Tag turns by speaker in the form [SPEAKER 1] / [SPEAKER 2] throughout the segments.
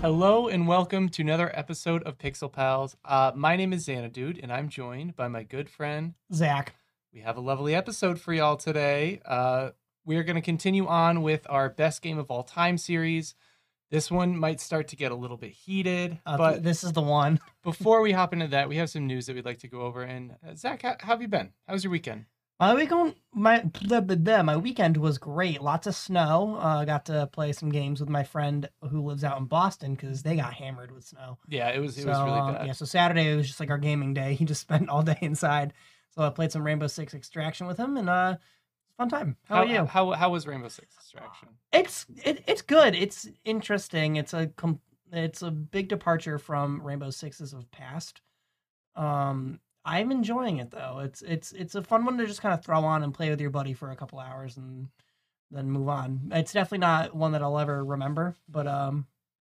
[SPEAKER 1] Hello and welcome to another episode of Pixel Pals. Uh, my name is Xanadude, and I'm joined by my good friend.
[SPEAKER 2] Zach.
[SPEAKER 1] We have a lovely episode for y'all today. Uh, we're going to continue on with our best game of all time series. This one might start to get a little bit heated,
[SPEAKER 2] Uh,
[SPEAKER 1] but
[SPEAKER 2] th- this is the one.
[SPEAKER 1] before we hop into that, we have some news that we'd like to go over. And uh, Zach, how, how have you been? How was your weekend?
[SPEAKER 2] My weekend, Uh, my blah, blah, blah, my weekend was great. Lots of snow. Uh, got to play some games with my friend who lives out in Boston because they got hammered with snow.
[SPEAKER 1] Yeah, it was it
[SPEAKER 2] so,
[SPEAKER 1] was really
[SPEAKER 2] um,
[SPEAKER 1] bad.
[SPEAKER 2] yeah, so Saturday was just like our gaming day. He just spent all day inside. So I played some Rainbow Six Extraction with him, and uh, it was a fun time. How,
[SPEAKER 1] how
[SPEAKER 2] are you?
[SPEAKER 1] How, how was Rainbow Six Extraction?
[SPEAKER 2] it's it, it's good. It's interesting. It's a com- it's a big departure from Rainbow Sixes of past. Um, I'm enjoying it though. It's it's it's a fun one to just kind of throw on and play with your buddy for a couple hours and then move on. It's definitely not one that I'll ever remember, but um,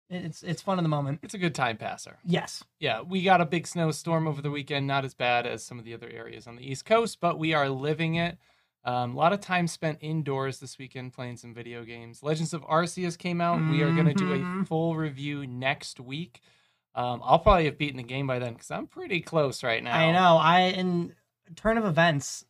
[SPEAKER 2] it, it's it's fun in the moment.
[SPEAKER 1] It's a good time passer.
[SPEAKER 2] Yes,
[SPEAKER 1] Yeah, we got a big snowstorm over the weekend. Not as bad as some of the other areas on the East Coast, but we are living it. Um, a lot of time spent indoors this weekend playing some video games. Legends of Arceus came out. We are going to do a
[SPEAKER 2] Mhm.
[SPEAKER 1] full review next week. Um, I'll probably have beaten the game by then because I'm pretty close right now.
[SPEAKER 2] I know. I in turn of events,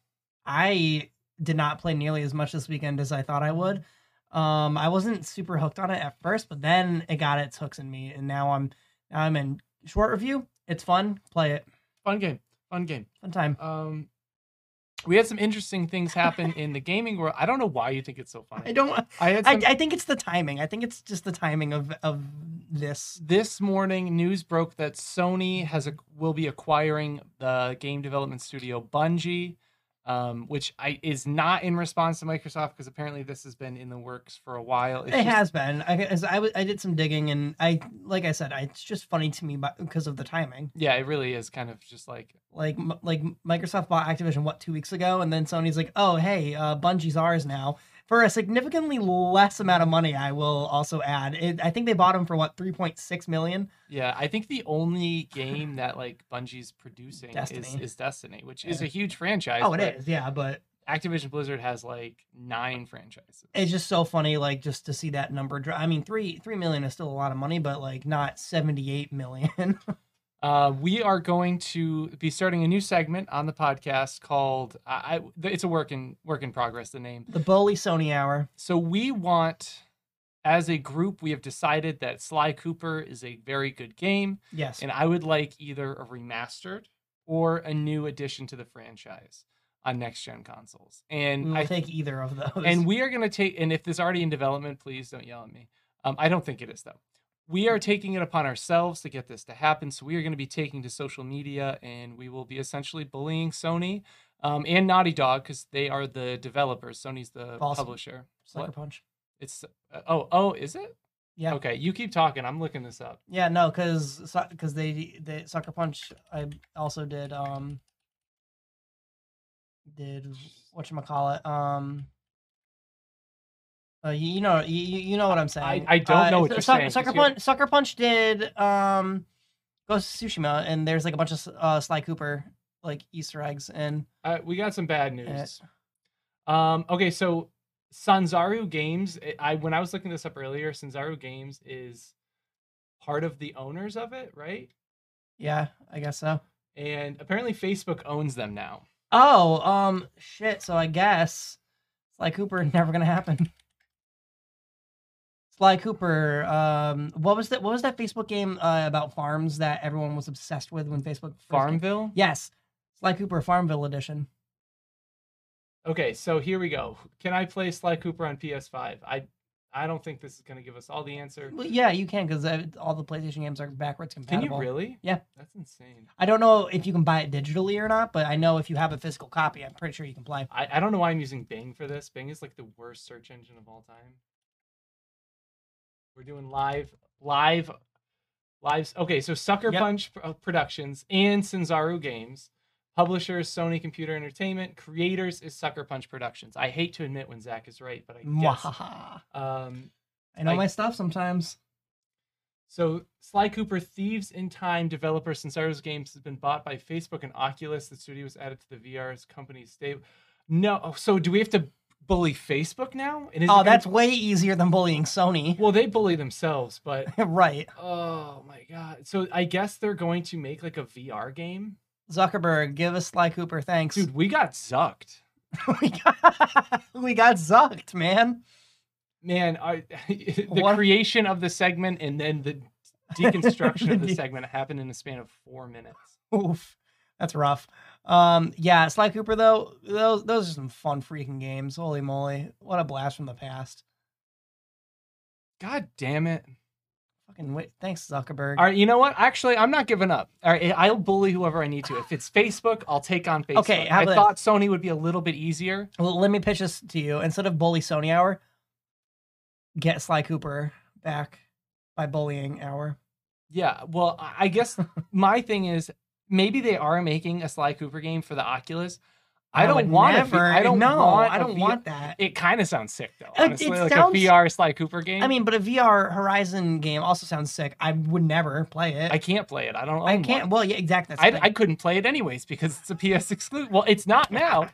[SPEAKER 2] I did not play nearly as much this weekend as I thought I would. Um, I wasn't super hooked on it at first, but then it got its hooks in me, and now I'm now I'm in short review. It's fun. Play it.
[SPEAKER 1] Fun game. Fun game.
[SPEAKER 2] Fun time.
[SPEAKER 1] Um, we had some interesting things happen in the gaming world. I don't know why you think it's so funny.
[SPEAKER 2] I don't.
[SPEAKER 1] I had
[SPEAKER 2] I,
[SPEAKER 1] some-
[SPEAKER 2] I think it's the timing. I think it's just the timing of of this.
[SPEAKER 1] this morning news broke that Sony has a, will be acquiring the game development studio Bungie, um, which I is not in response to Microsoft because apparently this has been in the works for a while. It's
[SPEAKER 2] it
[SPEAKER 1] just-
[SPEAKER 2] has been. I, as I, w- I did some digging, and I like I said, I, it's just funny to me because of the timing.
[SPEAKER 1] Yeah, it really is kind of just like
[SPEAKER 2] like m- like Microsoft bought Activision what two weeks ago, and then Sony's like, oh hey, uh, Bungie's ours now for a significantly less amount of money. I will also add, it, I think they bought them for what three point six million.
[SPEAKER 1] yeah. I think the only game that like Bungie's producing is,
[SPEAKER 2] Destiny.
[SPEAKER 1] is Destiny, which is a
[SPEAKER 2] Yeah.
[SPEAKER 1] huge franchise.
[SPEAKER 2] Oh, it
[SPEAKER 1] but
[SPEAKER 2] is, yeah, but
[SPEAKER 1] Activision Blizzard has like nine franchises.
[SPEAKER 2] it's just so funny, like just to see that number. Dro- I mean, three three million is still a lot of money, but like not seventy eight million.
[SPEAKER 1] Uh, we are going to be starting a new segment on the podcast called I, I it's a work in work in progress the name.
[SPEAKER 2] the bully Sony hour.
[SPEAKER 1] So we want as a group we have decided that Sly Cooper is a very good game
[SPEAKER 2] Yes,
[SPEAKER 1] and I would like either a remastered or a new addition to the franchise on next gen consoles. And
[SPEAKER 2] we will
[SPEAKER 1] I
[SPEAKER 2] take either of those.
[SPEAKER 1] and we are going to take, and if this is already in development, please don't yell at me. Um, I don't think it is, though. We are taking it upon ourselves to get this to happen. So we are going to be taking to social media and we will be essentially bullying Sony um, and Naughty Dog because they are the developers. Sony's the
[SPEAKER 2] False.
[SPEAKER 1] publisher.
[SPEAKER 2] sucker
[SPEAKER 1] What?
[SPEAKER 2] punch.
[SPEAKER 1] It's, uh, oh, oh, is it?
[SPEAKER 2] Yeah.
[SPEAKER 1] Okay. You keep talking. I'm looking this up.
[SPEAKER 2] Yeah, no, because because they they Sucker Punch I also did um did what you call it um uh, you, you know you, you you know what I'm saying
[SPEAKER 1] I don't
[SPEAKER 2] Uh,
[SPEAKER 1] know what
[SPEAKER 2] Su-
[SPEAKER 1] you're
[SPEAKER 2] Sucker,
[SPEAKER 1] saying, 'cause
[SPEAKER 2] Sucker
[SPEAKER 1] you're-
[SPEAKER 2] Punch Sucker Punch did um Ghost of Tsushima and there's like a bunch of uh, Sly Cooper like Easter eggs and
[SPEAKER 1] Uh, we got some
[SPEAKER 2] Eh.
[SPEAKER 1] bad news. Um, okay, so Sanzaru Games. I- I when I was looking this up earlier, Sanzaru Games is part of the owners of it, right?
[SPEAKER 2] yeah I guess so
[SPEAKER 1] And apparently, Facebook owns them now.
[SPEAKER 2] oh um shit so I guess Sly Cooper never gonna happen. Sly Cooper. Um, what was that? What was that Facebook game uh, about farms that everyone was obsessed with when Facebook first came-
[SPEAKER 1] Farmville.
[SPEAKER 2] Yes, Sly Cooper Farmville Edition.
[SPEAKER 1] Okay, so here we go. Can I play Sly Cooper on PS5? I, I don't think this is going to give us all the answer.
[SPEAKER 2] Well, yeah, you can because uh, all the PlayStation games are backwards
[SPEAKER 1] Can
[SPEAKER 2] compatible.
[SPEAKER 1] you really?
[SPEAKER 2] Yeah.
[SPEAKER 1] That's insane.
[SPEAKER 2] I don't know if you can buy it digitally or not, but I know if you have a physical copy, I'm pretty sure you can play.
[SPEAKER 1] I, I don't know why I'm using Bing for this. Bing is like the worst search engine of all time. We're doing live, live, lives. Okay, so Sucker
[SPEAKER 2] Yep.
[SPEAKER 1] Punch P- uh, Productions and Sanzaru Games, publishers Sony Computer Entertainment, creators is Sucker Punch Productions. I hate to admit when Zach is right, but I guess.
[SPEAKER 2] Mwahaha.
[SPEAKER 1] Um,
[SPEAKER 2] I know
[SPEAKER 1] I-
[SPEAKER 2] my stuff sometimes.
[SPEAKER 1] so Sly Cooper Thieves in Time developer Sanzaru's Games has been bought by Facebook and Oculus. The studio was added to the VR's company's stable. No, oh, so do we have to bully Facebook now. And is it
[SPEAKER 2] Oh,
[SPEAKER 1] gonna-
[SPEAKER 2] that's way easier than bullying Sony.
[SPEAKER 1] well, they bully themselves, but
[SPEAKER 2] right.
[SPEAKER 1] oh my god! So I guess they're going to make like a VR game.
[SPEAKER 2] Zuckerberg, give us Sly Cooper. Thanks.
[SPEAKER 1] Dude, we got zucked.
[SPEAKER 2] we, got, we got zucked, man.
[SPEAKER 1] Man, I, the
[SPEAKER 2] What?
[SPEAKER 1] creation of the segment and then the deconstruction of the
[SPEAKER 2] The de-
[SPEAKER 1] segment happened in a span of four minutes.
[SPEAKER 2] Oof. That's rough. Um, yeah, Sly Cooper though, those those are some fun freaking games. Holy moly. What a blast from the past.
[SPEAKER 1] God damn it.
[SPEAKER 2] Fucking wait, thanks, Zuckerberg.
[SPEAKER 1] All right, you know what? Actually, I'm not giving up. All right, I'll bully whoever I need to. If it's Facebook, I'll take on Facebook.
[SPEAKER 2] Okay, how
[SPEAKER 1] I
[SPEAKER 2] about
[SPEAKER 1] thought Sony would be a little bit easier.
[SPEAKER 2] Well, let me pitch this to you. Instead of bully Sony hour, get Sly Cooper back by bullying hour.
[SPEAKER 1] Yeah, well, I I guess my thing is maybe they are making a Sly Cooper game for the Oculus. I,
[SPEAKER 2] would
[SPEAKER 1] don't want it.
[SPEAKER 2] never-
[SPEAKER 1] I don't
[SPEAKER 2] no,
[SPEAKER 1] want.
[SPEAKER 2] I
[SPEAKER 1] a
[SPEAKER 2] don't
[SPEAKER 1] V-
[SPEAKER 2] want that.
[SPEAKER 1] It kind of sounds sick though.
[SPEAKER 2] it
[SPEAKER 1] Honestly, like
[SPEAKER 2] sounds-
[SPEAKER 1] a VR Sly Cooper game.
[SPEAKER 2] I mean, but a VR Horizon game also sounds sick. I would never play it.
[SPEAKER 1] I can't play it. I don't. Own
[SPEAKER 2] I can't.
[SPEAKER 1] One.
[SPEAKER 2] Well, yeah, exactly. that's the
[SPEAKER 1] Oh I,
[SPEAKER 2] thing.
[SPEAKER 1] I couldn't play it anyways because it's a PS exclusive. Well, it's not now.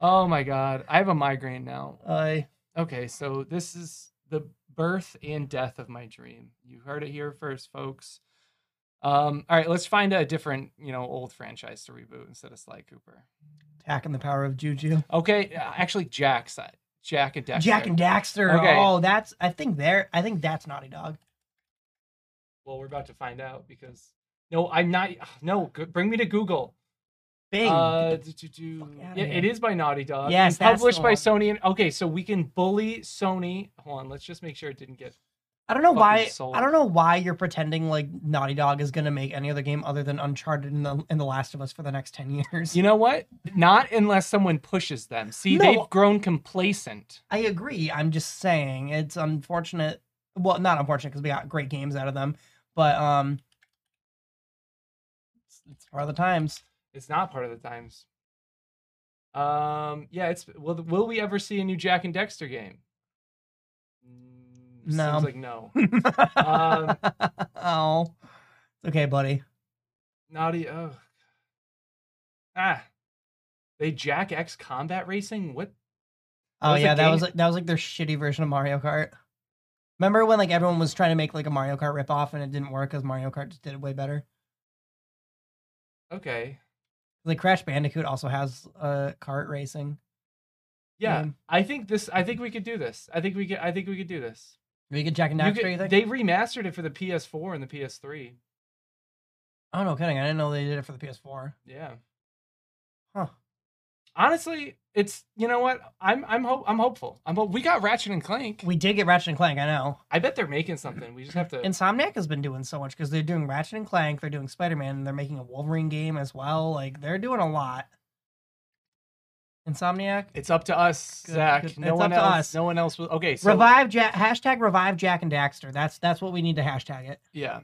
[SPEAKER 1] Oh my god, I have a migraine now.
[SPEAKER 2] I-
[SPEAKER 1] Okay, so this is the birth and death of my dream. You heard it here first, folks. Um, all right, let's find a different, you know, old franchise to reboot instead of Sly Cooper.
[SPEAKER 2] Jack and the Power of Juju.
[SPEAKER 1] Okay, uh, actually, Jack's Jack and Dexter.
[SPEAKER 2] Jack and Daxter.
[SPEAKER 1] Okay.
[SPEAKER 2] Oh, that's. I think there. I think that's Naughty Dog.
[SPEAKER 1] Well, we're about to find out because no, I'm not. ugh, No, g- bring me to Google.
[SPEAKER 2] Bing.
[SPEAKER 1] Uh, do, do, do.
[SPEAKER 2] fuck outta
[SPEAKER 1] Yeah, it
[SPEAKER 2] here.
[SPEAKER 1] is by Naughty Dog. and
[SPEAKER 2] Yes, that's the
[SPEAKER 1] published by
[SPEAKER 2] one.
[SPEAKER 1] Sony. And okay, so we can bully Sony. Hold on, let's just make sure it didn't get.
[SPEAKER 2] I don't know
[SPEAKER 1] fucking
[SPEAKER 2] why.
[SPEAKER 1] sold.
[SPEAKER 2] I don't know why you're pretending like Naughty Dog is gonna make any other game other than Uncharted and the, and the Last of Us for the next ten years.
[SPEAKER 1] You know what? Not unless someone pushes them. See,
[SPEAKER 2] No.
[SPEAKER 1] they've grown complacent.
[SPEAKER 2] I agree. I'm just saying it's unfortunate. Well, not unfortunate because we got great games out of them, but um, it's, it's part of the times.
[SPEAKER 1] It's not part of the times. Um. Yeah. It's will. Will we ever see a new Jack and Dexter game? Mm,
[SPEAKER 2] No.
[SPEAKER 1] Seems like no.
[SPEAKER 2] um, oh, It's okay, buddy.
[SPEAKER 1] Naughty. Oh. Ah. They Jack X Combat Racing. What?
[SPEAKER 2] Oh
[SPEAKER 1] was a
[SPEAKER 2] yeah, that
[SPEAKER 1] game-
[SPEAKER 2] was like that was like their shitty version of Mario Kart. Remember when like everyone was trying to make like a Mario Kart ripoff and it didn't work because Mario Kart just did it way better.
[SPEAKER 1] Okay.
[SPEAKER 2] Like Crash Bandicoot also has uh kart racing.
[SPEAKER 1] Yeah.
[SPEAKER 2] game.
[SPEAKER 1] I think this. I think we could do this. I think we could. I think we could do this.
[SPEAKER 2] We could Jack and
[SPEAKER 1] You
[SPEAKER 2] Daxter.
[SPEAKER 1] could-
[SPEAKER 2] you think?
[SPEAKER 1] they remastered it for the PS4 and the PS3.
[SPEAKER 2] oh no, kidding! I didn't know they did it for the PS4.
[SPEAKER 1] Yeah.
[SPEAKER 2] Huh.
[SPEAKER 1] Honestly, it's you know what I'm I'm hope I'm hopeful. I'm hope- we got Ratchet and Clank.
[SPEAKER 2] We did get Ratchet and Clank. I know.
[SPEAKER 1] I bet they're making something. We just have to.
[SPEAKER 2] Insomniac has been doing so much because they're doing Ratchet and Clank, they're doing Spider Man, and they're making a Wolverine game as well. Like they're doing a lot. Insomniac,
[SPEAKER 1] It's up to us,
[SPEAKER 2] Good,
[SPEAKER 1] Zach.
[SPEAKER 2] good.
[SPEAKER 1] No
[SPEAKER 2] It's
[SPEAKER 1] one
[SPEAKER 2] up to
[SPEAKER 1] else.
[SPEAKER 2] us.
[SPEAKER 1] No one else will. Okay, so
[SPEAKER 2] revive Jack. Hashtag revive Jack and Daxter. That's that's what we need to hashtag it.
[SPEAKER 1] yeah,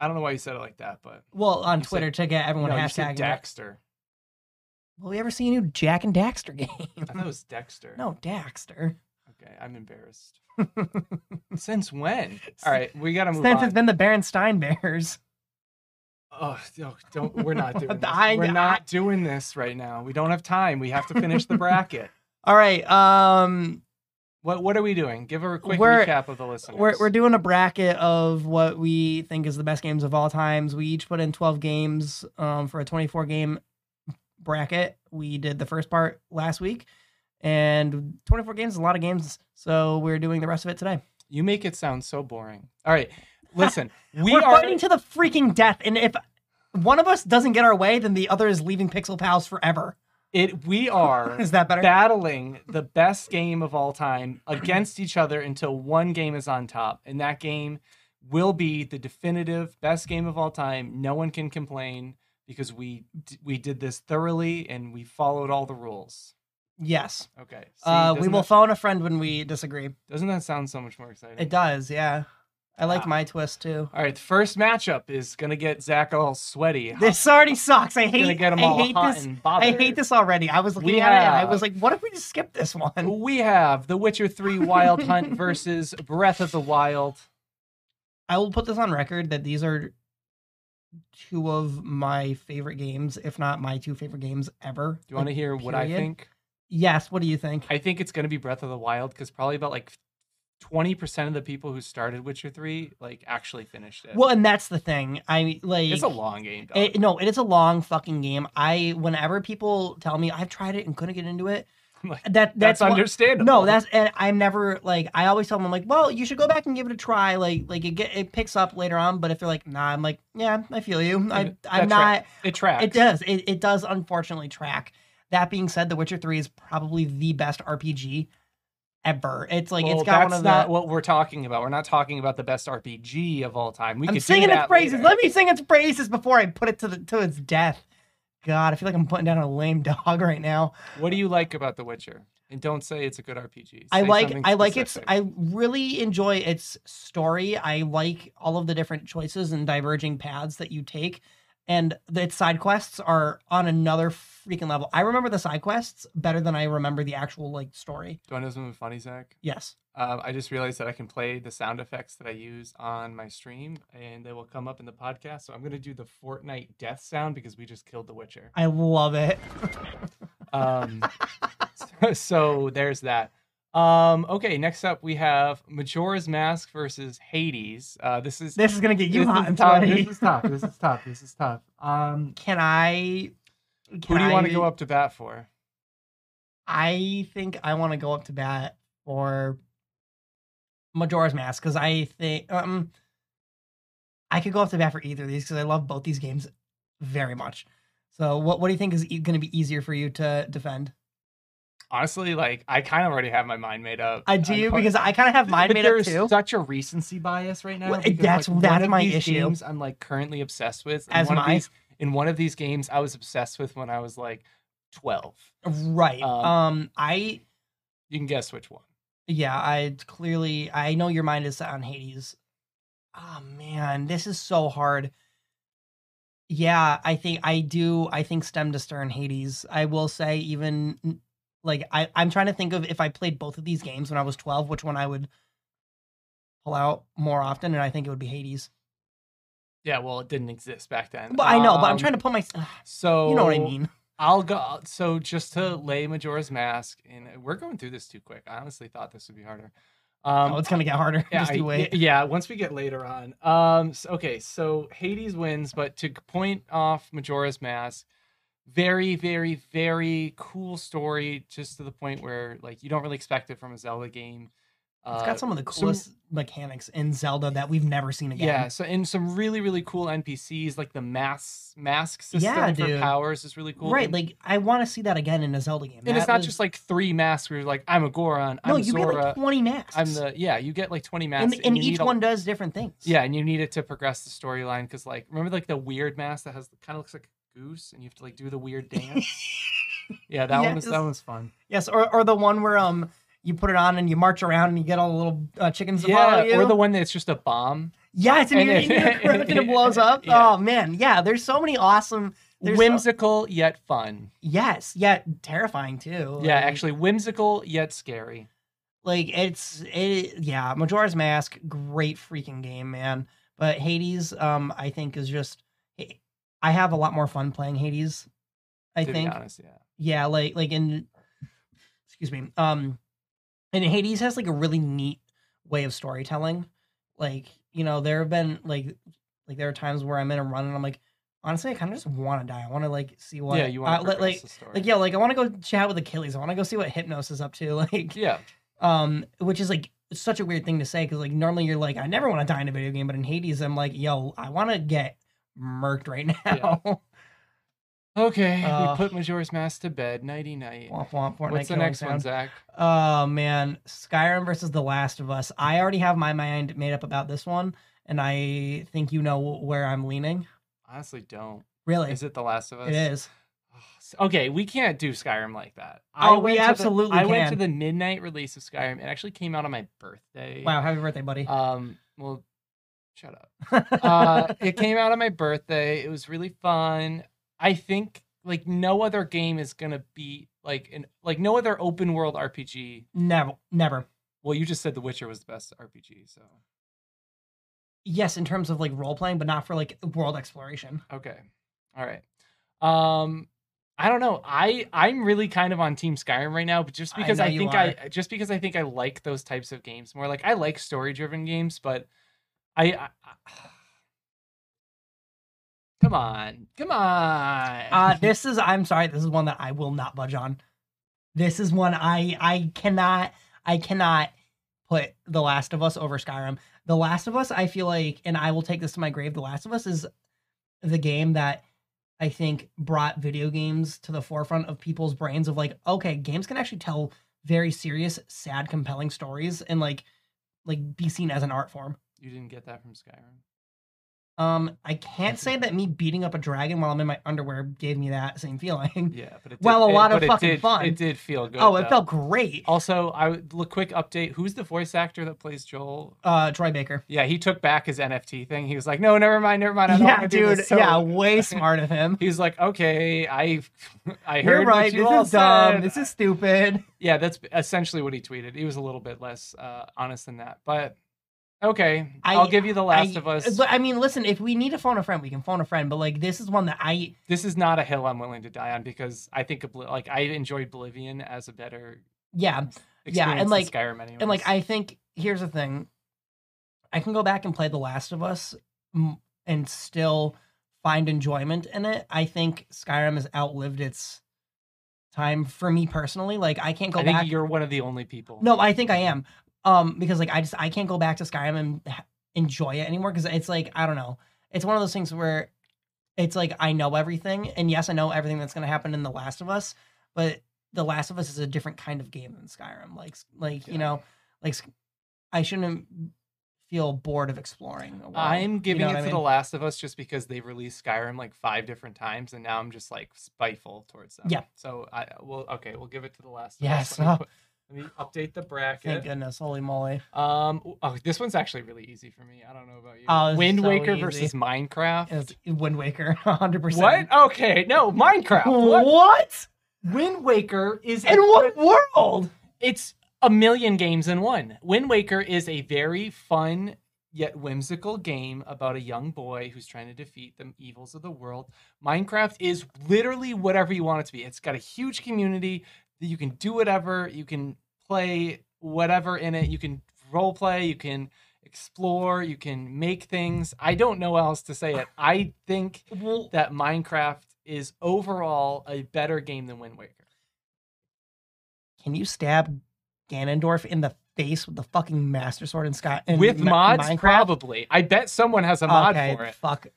[SPEAKER 1] I don't know why you said it like that, but
[SPEAKER 2] Well, on
[SPEAKER 1] You said-
[SPEAKER 2] Twitter to get everyone
[SPEAKER 1] no, you
[SPEAKER 2] hashtagging.
[SPEAKER 1] said
[SPEAKER 2] it.
[SPEAKER 1] Dexter.
[SPEAKER 2] Will we ever see a new Jack and Daxter
[SPEAKER 1] I thought it
[SPEAKER 2] game?
[SPEAKER 1] was Dexter.
[SPEAKER 2] no, Daxter.
[SPEAKER 1] Okay, I'm embarrassed. Since when? All right, we gotta move
[SPEAKER 2] Since
[SPEAKER 1] on.
[SPEAKER 2] it's been the Berenstein Bears.
[SPEAKER 1] Oh, no, don't. We're not doing. This.
[SPEAKER 2] I-
[SPEAKER 1] we're
[SPEAKER 2] I-
[SPEAKER 1] not doing this right now. We don't have time. We have to finish the bracket.
[SPEAKER 2] All right. Um,
[SPEAKER 1] What What are we doing? Give a quick
[SPEAKER 2] We're-
[SPEAKER 1] recap of the listeners.
[SPEAKER 2] We're, we're doing a bracket of what we think is the best games of all times. We each put in 12 games um, for a 24 game bracket. We did the first part last week, and 24 games is a lot of games. So we're doing the rest of it today.
[SPEAKER 1] You make it sound so boring. All right, listen. We
[SPEAKER 2] We are
[SPEAKER 1] are
[SPEAKER 2] fighting to the freaking death. And if one of us doesn't get our way, then the other is leaving Pixel Pals forever.
[SPEAKER 1] it. We are
[SPEAKER 2] Is that better?
[SPEAKER 1] battling the best game of all time against each other until one game is on top, and that game will be the definitive best game of all time. No one can complain because we d- we did this thoroughly and we followed all the rules.
[SPEAKER 2] yes.
[SPEAKER 1] Okay. See,
[SPEAKER 2] uh, we
[SPEAKER 1] doesn't
[SPEAKER 2] will
[SPEAKER 1] That,
[SPEAKER 2] phone a friend when we disagree.
[SPEAKER 1] doesn't that sound so much more exciting?
[SPEAKER 2] It does. Yeah. I liked
[SPEAKER 1] Ah.
[SPEAKER 2] my twist too.
[SPEAKER 1] all right, the first matchup is gonna get Zach all sweaty.
[SPEAKER 2] This already sucks. I
[SPEAKER 1] It's gonna
[SPEAKER 2] hate.
[SPEAKER 1] get him
[SPEAKER 2] I
[SPEAKER 1] all
[SPEAKER 2] hate
[SPEAKER 1] hot
[SPEAKER 2] this.
[SPEAKER 1] and
[SPEAKER 2] I
[SPEAKER 1] bothered.
[SPEAKER 2] hate this already. I was looking
[SPEAKER 1] We
[SPEAKER 2] at it and I
[SPEAKER 1] have-
[SPEAKER 2] was like, what if we just skip this one?
[SPEAKER 1] We have The Witcher 3 Wild Hunt versus Breath of the Wild.
[SPEAKER 2] I will put this on record that these are two of my favorite games, if not my two favorite games ever.
[SPEAKER 1] Do you want to
[SPEAKER 2] Like,
[SPEAKER 1] hear what I
[SPEAKER 2] period.
[SPEAKER 1] think?
[SPEAKER 2] Yes. What do you think?
[SPEAKER 1] I think it's going to be Breath of the Wild because probably about like 20% of the people who started Witcher 3 like actually finished it.
[SPEAKER 2] Well, and that's the thing. I like
[SPEAKER 1] it's a long game. Dog.
[SPEAKER 2] It, no, it is a long fucking game. I whenever people tell me I've tried it and couldn't get into it,
[SPEAKER 1] Like,
[SPEAKER 2] that
[SPEAKER 1] that's
[SPEAKER 2] that's, why-
[SPEAKER 1] understandable.
[SPEAKER 2] No, that's and I'm never like I always tell them I'm like, well, you should go back and give it a try. Like like it get it picks up later on, but if they're like, nah, I'm like, yeah, I feel you.
[SPEAKER 1] Yeah,
[SPEAKER 2] I
[SPEAKER 1] that
[SPEAKER 2] I'm not.
[SPEAKER 1] it tracks.
[SPEAKER 2] It does. It it does unfortunately track. That being said, The Witcher Three is probably the best RPG ever. It's like
[SPEAKER 1] Well,
[SPEAKER 2] it's got
[SPEAKER 1] that's
[SPEAKER 2] one of
[SPEAKER 1] not
[SPEAKER 2] the.
[SPEAKER 1] what we're talking about. We're not talking about the best RPG of all time. We
[SPEAKER 2] I'm
[SPEAKER 1] could
[SPEAKER 2] singing
[SPEAKER 1] do
[SPEAKER 2] its
[SPEAKER 1] that
[SPEAKER 2] praises.
[SPEAKER 1] later.
[SPEAKER 2] Let me sing its praises before I put it to the to its death. God, I feel like I'm putting down a lame dog right now.
[SPEAKER 1] What do you like about The Witcher? And don't say it's a good RPG.
[SPEAKER 2] I
[SPEAKER 1] Say
[SPEAKER 2] like
[SPEAKER 1] something
[SPEAKER 2] I like its
[SPEAKER 1] specific.
[SPEAKER 2] I really enjoy its story. I like all of the different choices and diverging paths that you take. And the- its side quests are on another freaking level. I remember the side quests better than I remember the actual like story.
[SPEAKER 1] Do you want to know something funny, Zach?
[SPEAKER 2] Yes.
[SPEAKER 1] Um, I just realized that I can play the sound effects that I use on my stream, and they will come up in the podcast. So I'm going to do the Fortnite death sound because we just killed The Witcher.
[SPEAKER 2] I love it.
[SPEAKER 1] Um, so, so there's that. Um, okay, next up we have Majora's Mask versus Hades. Uh, this is
[SPEAKER 2] This is gonna get you
[SPEAKER 1] this
[SPEAKER 2] hot
[SPEAKER 1] is
[SPEAKER 2] and
[SPEAKER 1] tough,
[SPEAKER 2] sweaty.
[SPEAKER 1] This is tough. This is tough. This is tough. Um,
[SPEAKER 2] Can I can
[SPEAKER 1] who do you want to
[SPEAKER 2] I-
[SPEAKER 1] go up to bat for?
[SPEAKER 2] I think I want to go up to bat for Majora's Mask because I think um I could go up to bat for either of these because I love both these games very much. So what what do you think is going to be easier for you to defend?
[SPEAKER 1] Honestly, like I kind of already have my mind made up.
[SPEAKER 2] I do
[SPEAKER 1] I'm-
[SPEAKER 2] Uh, because I kind of have mine
[SPEAKER 1] but
[SPEAKER 2] made up
[SPEAKER 1] there's
[SPEAKER 2] too.
[SPEAKER 1] such a recency bias right now.
[SPEAKER 2] Well,
[SPEAKER 1] because,
[SPEAKER 2] that's-
[SPEAKER 1] like, one
[SPEAKER 2] that's
[SPEAKER 1] of
[SPEAKER 2] my
[SPEAKER 1] these
[SPEAKER 2] issue.
[SPEAKER 1] Games I'm like currently obsessed with. and
[SPEAKER 2] As
[SPEAKER 1] one of
[SPEAKER 2] my-
[SPEAKER 1] these, in one of these games, I was obsessed with when I was like 12.
[SPEAKER 2] right.
[SPEAKER 1] um,
[SPEAKER 2] um I
[SPEAKER 1] You can guess which one.
[SPEAKER 2] Yeah, I clearly I know your mind is set on Hades. Oh man, this is so hard. Yeah, I think I do. I think stem to stern Hades. I will say even like I I'm trying to think of if I played both of these games when I was 12, which one I would pull out more often, and I think it would be Hades.
[SPEAKER 1] Yeah, well, it didn't exist back then.
[SPEAKER 2] But I know, but I'm trying
[SPEAKER 1] Um,
[SPEAKER 2] to put my
[SPEAKER 1] So
[SPEAKER 2] you know what I mean.
[SPEAKER 1] I'll go. So just to lay Majora's Mask, and we're going through this too quick. I honestly thought this would be harder. Um,
[SPEAKER 2] oh, it's gonna get harder.
[SPEAKER 1] yeah,
[SPEAKER 2] Just
[SPEAKER 1] I-
[SPEAKER 2] you
[SPEAKER 1] y-
[SPEAKER 2] wait.
[SPEAKER 1] yeah, once we get later on. Um, so, okay, so Hades wins, but to point off Majora's Mask, very, very, very cool story, just to the point where like you don't really expect it from a Zelda game.
[SPEAKER 2] it's
[SPEAKER 1] Uh,
[SPEAKER 2] got some of the
[SPEAKER 1] some-
[SPEAKER 2] coolest mechanics in Zelda that we've never seen again.
[SPEAKER 1] yeah, so and some really really cool NPCs like the mask mask system
[SPEAKER 2] Yeah,
[SPEAKER 1] for
[SPEAKER 2] dude.
[SPEAKER 1] powers is really cool.
[SPEAKER 2] Right,
[SPEAKER 1] and-
[SPEAKER 2] like I want to see that again in a Zelda game.
[SPEAKER 1] and it's
[SPEAKER 2] That
[SPEAKER 1] not
[SPEAKER 2] was-
[SPEAKER 1] just like three masks where you're like I'm a Goron,
[SPEAKER 2] no,
[SPEAKER 1] I'm
[SPEAKER 2] you
[SPEAKER 1] Zora,
[SPEAKER 2] get like twenty masks.
[SPEAKER 1] I'm the yeah. You get like 20 masks,
[SPEAKER 2] and, and
[SPEAKER 1] you need
[SPEAKER 2] each
[SPEAKER 1] a-
[SPEAKER 2] one does different things.
[SPEAKER 1] Yeah, and you need it to progress the storyline because, like, remember like the weird mask that has kind of looks like a goose, and you have to like do the weird dance. yeah, that one is that
[SPEAKER 2] Yes.
[SPEAKER 1] one's fun.
[SPEAKER 2] Yes, or or the one where um you put it on and you march around and you get all the little uh, chickens to follow
[SPEAKER 1] Yeah,
[SPEAKER 2] you.
[SPEAKER 1] or the one that's just a bomb.
[SPEAKER 2] yes, and,
[SPEAKER 1] and
[SPEAKER 2] you're
[SPEAKER 1] it-
[SPEAKER 2] eating your crypt and it blows up.
[SPEAKER 1] Yeah.
[SPEAKER 2] Oh man, yeah. There's so many awesome. There's so-
[SPEAKER 1] whimsical yet fun.
[SPEAKER 2] yes, yeah, terrifying too.
[SPEAKER 1] yeah,
[SPEAKER 2] Like-
[SPEAKER 1] actually whimsical yet scary.
[SPEAKER 2] like it's it. Yeah, Majora's Mask, great freaking game, man. But Hades, um, I think is just. eh, I have a lot more fun playing Hades. I
[SPEAKER 1] to
[SPEAKER 2] think.
[SPEAKER 1] be honest, yeah.
[SPEAKER 2] yeah like like in excuse me um and hades has like a really neat way of storytelling like you know there have been like like there are times where i'm in a run and i'm like honestly i kind of just want to die i want to like see what
[SPEAKER 1] yeah, you want
[SPEAKER 2] uh,
[SPEAKER 1] to
[SPEAKER 2] like like,
[SPEAKER 1] the story.
[SPEAKER 2] like yeah like i want to go chat with achilles i want to go see what hypnos is up to like
[SPEAKER 1] yeah,
[SPEAKER 2] um which is like such a weird thing to say because like normally you're like i never want to die in a video game but in hades i'm like yo i want to get murked right now
[SPEAKER 1] Okay, we
[SPEAKER 2] Uh,
[SPEAKER 1] put Majora's Mask to bed. Nighty night.
[SPEAKER 2] Womp womp, Fortnite
[SPEAKER 1] What's the
[SPEAKER 2] killing
[SPEAKER 1] next one,
[SPEAKER 2] sound.
[SPEAKER 1] Zach?
[SPEAKER 2] Oh man, Skyrim versus The Last of Us. I already have my mind made up about this one, and I think you know where I'm leaning.
[SPEAKER 1] Honestly, don't.
[SPEAKER 2] Really,
[SPEAKER 1] Is it The Last of Us?
[SPEAKER 2] it is.
[SPEAKER 1] Okay, we can't do Skyrim like that.
[SPEAKER 2] Oh, we
[SPEAKER 1] went to the-
[SPEAKER 2] absolutely
[SPEAKER 1] I went to
[SPEAKER 2] can.
[SPEAKER 1] the midnight release of Skyrim. It actually came out on my birthday.
[SPEAKER 2] Wow, happy birthday, buddy.
[SPEAKER 1] Um. Well, shut up. Uh, it came out on my birthday. It was really fun. I think like no other game is gonna beat like an like no other open world RPG.
[SPEAKER 2] never, never.
[SPEAKER 1] Well, you just said The Witcher was the best RPG, so
[SPEAKER 2] Yes, in terms of like role playing, but not for like world exploration.
[SPEAKER 1] okay, all right. Um. I don't know. I I'm really kind of on Team Skyrim right now, but just
[SPEAKER 2] I
[SPEAKER 1] because
[SPEAKER 2] know
[SPEAKER 1] I,
[SPEAKER 2] you
[SPEAKER 1] think I just because I think I like those types of games more. Like I like story driven games, but I, I, I- come on, come on.
[SPEAKER 2] Uh, this is I'm sorry, this is one that I will not budge on. This is one I I cannot I cannot put The Last of Us over Skyrim. The Last of Us, I feel like, and I will take this to my grave. The Last of Us is the game that I think brought video games to the forefront of people's brains of like, okay, games can actually tell very serious, sad, compelling stories and like like be seen as an art form.
[SPEAKER 1] you didn't get that from Skyrim.
[SPEAKER 2] Um, I can't say that me beating up a dragon while I'm in my underwear gave me that same feeling.
[SPEAKER 1] Yeah, but it did,
[SPEAKER 2] Well, a
[SPEAKER 1] it-
[SPEAKER 2] lot of
[SPEAKER 1] but it
[SPEAKER 2] fucking
[SPEAKER 1] did-
[SPEAKER 2] fun.
[SPEAKER 1] It did feel good.
[SPEAKER 2] oh, it
[SPEAKER 1] though.
[SPEAKER 2] felt great.
[SPEAKER 1] Also, I would look quick update. Who's the voice actor that plays Joel?
[SPEAKER 2] Uh, Troy Baker.
[SPEAKER 1] Yeah, he took back his NFT thing. He was like, "No, never mind, never mind. I don't
[SPEAKER 2] Yeah,
[SPEAKER 1] wanna do
[SPEAKER 2] dude.
[SPEAKER 1] this." So
[SPEAKER 2] yeah, way smart of him.
[SPEAKER 1] He was like, "Okay, I, I heard
[SPEAKER 2] You're right.
[SPEAKER 1] what you
[SPEAKER 2] this
[SPEAKER 1] all
[SPEAKER 2] is dumb.
[SPEAKER 1] said.
[SPEAKER 2] This is stupid.
[SPEAKER 1] yeah." That's essentially what he tweeted. He was a little bit less uh, honest than that, but okay,
[SPEAKER 2] I-
[SPEAKER 1] I, will give you the Last
[SPEAKER 2] I-
[SPEAKER 1] of Us.
[SPEAKER 2] But I mean, listen. If we need to phone a friend, we can phone a friend. But like, this is one that I
[SPEAKER 1] This is not a hill I'm willing to die on because I think Obli- like I enjoyed Oblivion as a better
[SPEAKER 2] yeah
[SPEAKER 1] experience
[SPEAKER 2] Yeah, and
[SPEAKER 1] than
[SPEAKER 2] like-
[SPEAKER 1] Skyrim anyways.
[SPEAKER 2] and like I think here's the thing. I can go back and play The Last of Us m- and still find enjoyment in it. I think Skyrim has outlived its time for me personally. Like I can't go
[SPEAKER 1] I
[SPEAKER 2] back.
[SPEAKER 1] think you're one of the only people.
[SPEAKER 2] No, I think I am. Um, because like I just I can't go back to Skyrim and h- enjoy it anymore because it's like I don't know. It's one of those things where it's like I know everything, and yes, I know everything that's gonna happen in The Last of Us, but The Last of Us is a different kind of game than Skyrim. Like s- like
[SPEAKER 1] Yeah.
[SPEAKER 2] you know like s- I shouldn't feel bored of exploring. a world,
[SPEAKER 1] I'm
[SPEAKER 2] you
[SPEAKER 1] giving it
[SPEAKER 2] know what
[SPEAKER 1] to
[SPEAKER 2] I
[SPEAKER 1] The
[SPEAKER 2] mean?
[SPEAKER 1] Last of Us just because they released Skyrim like five different times, and now I'm just like spiteful towards them.
[SPEAKER 2] Yeah.
[SPEAKER 1] So I well, okay, we'll give it to The Last. Of
[SPEAKER 2] Yes,
[SPEAKER 1] Us. Let me
[SPEAKER 2] ah.
[SPEAKER 1] put- Let me update the
[SPEAKER 2] Thank
[SPEAKER 1] bracket.
[SPEAKER 2] goodness, holy moly!
[SPEAKER 1] Um. w- Oh, this one's actually really easy for me. I don't know about you.
[SPEAKER 2] Oh, this is
[SPEAKER 1] Wind
[SPEAKER 2] so
[SPEAKER 1] Waker
[SPEAKER 2] easy.
[SPEAKER 1] versus Minecraft.
[SPEAKER 2] It's Wind Waker, hundred
[SPEAKER 1] what?
[SPEAKER 2] percent.
[SPEAKER 1] Okay, no, Minecraft. What?
[SPEAKER 2] What?
[SPEAKER 1] Wind Waker is a
[SPEAKER 2] In
[SPEAKER 1] cri-
[SPEAKER 2] what world?
[SPEAKER 1] it's a million games in one. Wind Waker is a very fun yet whimsical game about a young boy who's trying to defeat the evils of the world. Minecraft is literally whatever you want it to be. It's got a huge community that you can do whatever, you can play whatever in it, you can role play, you can explore, you can make things. I don't know how else to say it. I think
[SPEAKER 2] Well,
[SPEAKER 1] that Minecraft is overall a better game than Wind Waker.
[SPEAKER 2] Can you stab Ganondorf in the face with the fucking Master Sword in Scott in
[SPEAKER 1] with
[SPEAKER 2] Ma-
[SPEAKER 1] mods
[SPEAKER 2] Minecraft?
[SPEAKER 1] probably i bet someone has a mod
[SPEAKER 2] okay,
[SPEAKER 1] for it
[SPEAKER 2] fuck.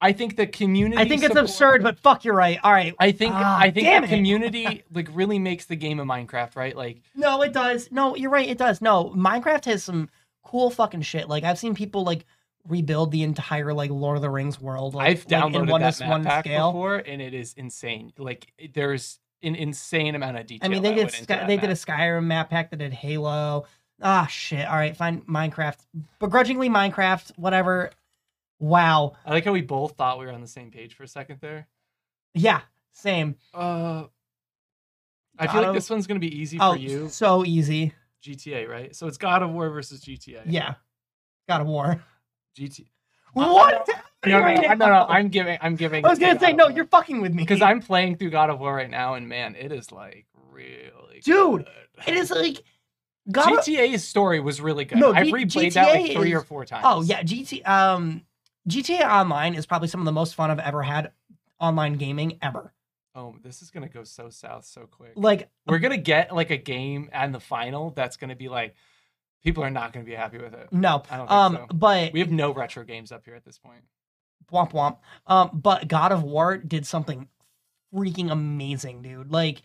[SPEAKER 1] i think the community
[SPEAKER 2] I think it's
[SPEAKER 1] support-
[SPEAKER 2] absurd, but fuck, you're right. All right.
[SPEAKER 1] i think
[SPEAKER 2] Ah,
[SPEAKER 1] i think
[SPEAKER 2] damn
[SPEAKER 1] the
[SPEAKER 2] it.
[SPEAKER 1] community like really makes the game of minecraft right like
[SPEAKER 2] No, it does. No, you're right. It does. No, Minecraft has some cool fucking shit. Like I've seen people like rebuild the entire like Lord of the Rings world. Like,
[SPEAKER 1] i've downloaded
[SPEAKER 2] like, in one
[SPEAKER 1] that
[SPEAKER 2] to
[SPEAKER 1] map
[SPEAKER 2] one
[SPEAKER 1] pack
[SPEAKER 2] scale.
[SPEAKER 1] before and it is insane like it- there's an insane amount of detail
[SPEAKER 2] I mean, they
[SPEAKER 1] that
[SPEAKER 2] did
[SPEAKER 1] went into
[SPEAKER 2] Sky,
[SPEAKER 1] that
[SPEAKER 2] they did a
[SPEAKER 1] map.
[SPEAKER 2] Skyrim map pack. They did Halo. Ah, shit. All right, fine. Minecraft, begrudgingly Minecraft, whatever. Wow.
[SPEAKER 1] I like how we both thought we were on the same page for a second there
[SPEAKER 2] Yeah. Same.
[SPEAKER 1] uh i
[SPEAKER 2] God Oh.
[SPEAKER 1] feel like
[SPEAKER 2] of-
[SPEAKER 1] this one's gonna be easy for you
[SPEAKER 2] So easy.
[SPEAKER 1] gta right so it's god of war versus gta
[SPEAKER 2] Yeah. God of War.
[SPEAKER 1] gta
[SPEAKER 2] What?
[SPEAKER 1] no no, no,
[SPEAKER 2] Right
[SPEAKER 1] no,
[SPEAKER 2] now.
[SPEAKER 1] i'm giving i'm giving
[SPEAKER 2] I was gonna
[SPEAKER 1] God
[SPEAKER 2] say,
[SPEAKER 1] of
[SPEAKER 2] no,
[SPEAKER 1] War.
[SPEAKER 2] you're fucking with me.
[SPEAKER 1] because I'm playing through God of War right now, and man, it is like really
[SPEAKER 2] Dude,
[SPEAKER 1] good.
[SPEAKER 2] it is like God of-
[SPEAKER 1] GTA's story was really good.
[SPEAKER 2] No,
[SPEAKER 1] I've
[SPEAKER 2] G-
[SPEAKER 1] replayed that like
[SPEAKER 2] GTA
[SPEAKER 1] three or
[SPEAKER 2] is-
[SPEAKER 1] four times.
[SPEAKER 2] Oh yeah, GT um GTA Online is probably some of the most fun I've ever had online gaming ever.
[SPEAKER 1] Oh, this is gonna go so south so quick.
[SPEAKER 2] Like
[SPEAKER 1] We're gonna get like a game and the final that's gonna be like people are not gonna be happy with it.
[SPEAKER 2] no.
[SPEAKER 1] I don't think
[SPEAKER 2] Um
[SPEAKER 1] so.
[SPEAKER 2] but
[SPEAKER 1] We have no retro games up here at this point.
[SPEAKER 2] womp womp. Um, but God of War did something freaking amazing, dude. Like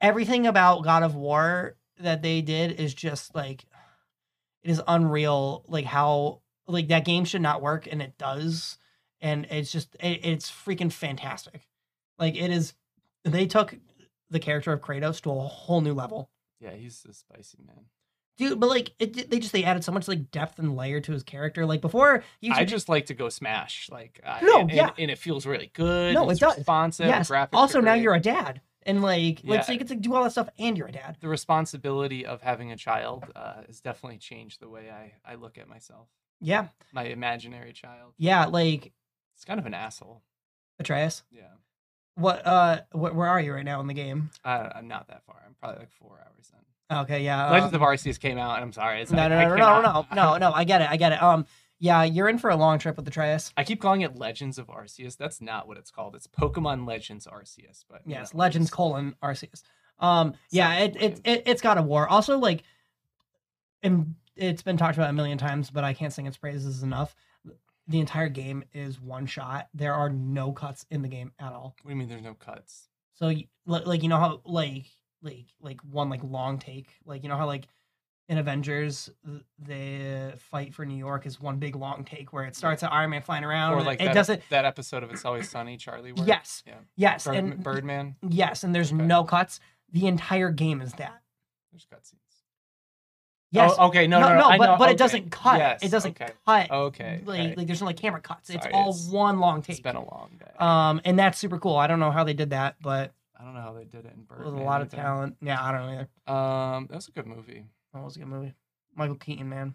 [SPEAKER 2] everything about God of War that they did is just like it is unreal. Like how like that game should not work and it does, and it's just it, it's freaking fantastic. Like it is, they took the character of Kratos to a whole new level.
[SPEAKER 1] Yeah, he's a spicy man.
[SPEAKER 2] Dude, but like it, they just they added so much like depth and layer to his character. Like before, you
[SPEAKER 1] I just like to go smash, like uh,
[SPEAKER 2] No,
[SPEAKER 1] and, and-
[SPEAKER 2] yeah.
[SPEAKER 1] and, it feels really good.
[SPEAKER 2] No,
[SPEAKER 1] and
[SPEAKER 2] it
[SPEAKER 1] it's
[SPEAKER 2] does.
[SPEAKER 1] Responsive. the
[SPEAKER 2] yes.
[SPEAKER 1] graphics
[SPEAKER 2] Also,
[SPEAKER 1] are
[SPEAKER 2] now
[SPEAKER 1] great.
[SPEAKER 2] you're a dad, and like,
[SPEAKER 1] Yeah.
[SPEAKER 2] like so you get to do all that stuff, and you're a dad.
[SPEAKER 1] the responsibility of having a child uh, has definitely changed the way I, I look at myself.
[SPEAKER 2] Yeah,
[SPEAKER 1] My imaginary child.
[SPEAKER 2] yeah. Like
[SPEAKER 1] It's kind of an asshole.
[SPEAKER 2] Atreus,
[SPEAKER 1] Yeah.
[SPEAKER 2] What uh what, where are you right now in the game?
[SPEAKER 1] I, I'm not that far. I'm probably like four hours in.
[SPEAKER 2] Okay, yeah.
[SPEAKER 1] Legends
[SPEAKER 2] uh,
[SPEAKER 1] of Arceus came out, and I'm sorry. It's,
[SPEAKER 2] no,
[SPEAKER 1] I,
[SPEAKER 2] no,
[SPEAKER 1] I
[SPEAKER 2] no, no, no, no,
[SPEAKER 1] cannot-
[SPEAKER 2] no, no, I get it. I get it. Um yeah, you're in for a long trip with the Atreus.
[SPEAKER 1] I keep calling it Legends of Arceus. That's not what it's called. It's Pokemon Legends Arceus. But you
[SPEAKER 2] Yes,
[SPEAKER 1] know,
[SPEAKER 2] Legends
[SPEAKER 1] it's-
[SPEAKER 2] colon Arceus. Um, yeah,
[SPEAKER 1] Sounds
[SPEAKER 2] it, it
[SPEAKER 1] lame.
[SPEAKER 2] it it's got a war. Also, like, and it's been talked about a million times, but I can't sing its praises enough. The entire game is one shot. There are no cuts in the game at all.
[SPEAKER 1] What do you mean? There's no cuts.
[SPEAKER 2] So, y- li- like, you know how like like like one like long take, like you know how like in Avengers th- the fight for New York is one big long take where it starts at Iron Man flying around.
[SPEAKER 1] Or
[SPEAKER 2] and
[SPEAKER 1] like
[SPEAKER 2] Um, it
[SPEAKER 1] that,
[SPEAKER 2] doesn't.
[SPEAKER 1] that episode of It's Always Sunny, Charlie. Where
[SPEAKER 2] Yes.
[SPEAKER 1] Yeah.
[SPEAKER 2] Yes.
[SPEAKER 1] Bird,
[SPEAKER 2] and
[SPEAKER 1] Birdman.
[SPEAKER 2] yes, and there's
[SPEAKER 1] Okay.
[SPEAKER 2] no cuts. The entire game is that.
[SPEAKER 1] There's cutscenes.
[SPEAKER 2] Yes.
[SPEAKER 1] Oh, okay. No, no, no. I
[SPEAKER 2] but,
[SPEAKER 1] know,
[SPEAKER 2] but
[SPEAKER 1] okay.
[SPEAKER 2] it doesn't cut.
[SPEAKER 1] Yes,
[SPEAKER 2] it doesn't
[SPEAKER 1] okay.
[SPEAKER 2] cut.
[SPEAKER 1] Okay,
[SPEAKER 2] Like,
[SPEAKER 1] okay.
[SPEAKER 2] like there's no like camera cuts. It's
[SPEAKER 1] Sorry,
[SPEAKER 2] all
[SPEAKER 1] it's-
[SPEAKER 2] one long take.
[SPEAKER 1] It's been a long day.
[SPEAKER 2] um, and that's super cool. I don't know how they did that, but
[SPEAKER 1] I don't know how they did it in Birdman.
[SPEAKER 2] with a lot of
[SPEAKER 1] either.
[SPEAKER 2] talent. Yeah, I don't know either.
[SPEAKER 1] Um, that was a good movie.
[SPEAKER 2] That was a good movie. Michael Keaton, man,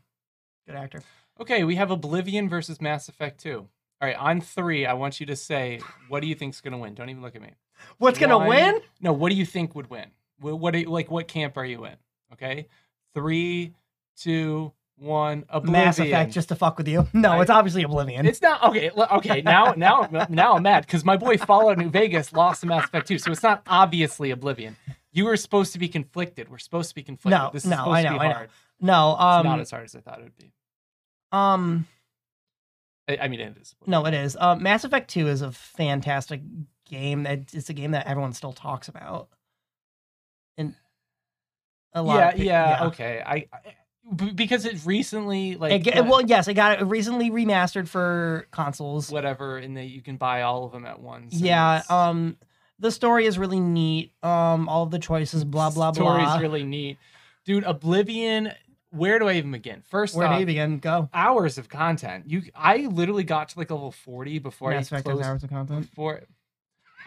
[SPEAKER 2] good actor.
[SPEAKER 1] Okay, we have Oblivion versus Mass Effect 2. All right, on three, I want you to say what do you think's gonna win? Don't even look at me.
[SPEAKER 2] What's gonna
[SPEAKER 1] One-
[SPEAKER 2] win?
[SPEAKER 1] No, what do you think would win? What, what are you, like? What camp are you in? Okay, three, two, one. Oblivion.
[SPEAKER 2] Mass Effect, just to fuck with you. No,
[SPEAKER 1] I-
[SPEAKER 2] it's obviously Oblivion.
[SPEAKER 1] It's not okay. l- Okay, now now now I'm mad because my boy Fallout New Vegas lost to Mass Effect 2, so it's not obviously Oblivion. You were supposed to be conflicted. We're supposed to be conflicted.
[SPEAKER 2] No,
[SPEAKER 1] this is
[SPEAKER 2] no,
[SPEAKER 1] supposed
[SPEAKER 2] I
[SPEAKER 1] to
[SPEAKER 2] know,
[SPEAKER 1] be
[SPEAKER 2] I know.
[SPEAKER 1] hard.
[SPEAKER 2] no,
[SPEAKER 1] it's not
[SPEAKER 2] um,
[SPEAKER 1] as hard as I thought it would be.
[SPEAKER 2] um,
[SPEAKER 1] I, I mean, it is.
[SPEAKER 2] no, it is. Uh, Mass Effect Two is a fantastic game. That it's a game that everyone still talks about, and a lot.
[SPEAKER 1] Yeah,
[SPEAKER 2] of pe-
[SPEAKER 1] yeah, Okay, I, I- b- because it recently like
[SPEAKER 2] It ge-
[SPEAKER 1] got-
[SPEAKER 2] well, yes, it got it recently remastered for consoles.
[SPEAKER 1] whatever, and that you can buy all of them at once. and
[SPEAKER 2] yeah,
[SPEAKER 1] it's-
[SPEAKER 2] um, the story is really neat. Um, all of the choices, blah blah
[SPEAKER 1] story's
[SPEAKER 2] blah.
[SPEAKER 1] really neat, dude. Oblivion. Where do I even begin? First
[SPEAKER 2] Where do
[SPEAKER 1] off,
[SPEAKER 2] you begin? Go.
[SPEAKER 1] hours of content. You, I literally got to like level forty before
[SPEAKER 2] Mass
[SPEAKER 1] I
[SPEAKER 2] Effect has
[SPEAKER 1] closed
[SPEAKER 2] hours of content.
[SPEAKER 1] before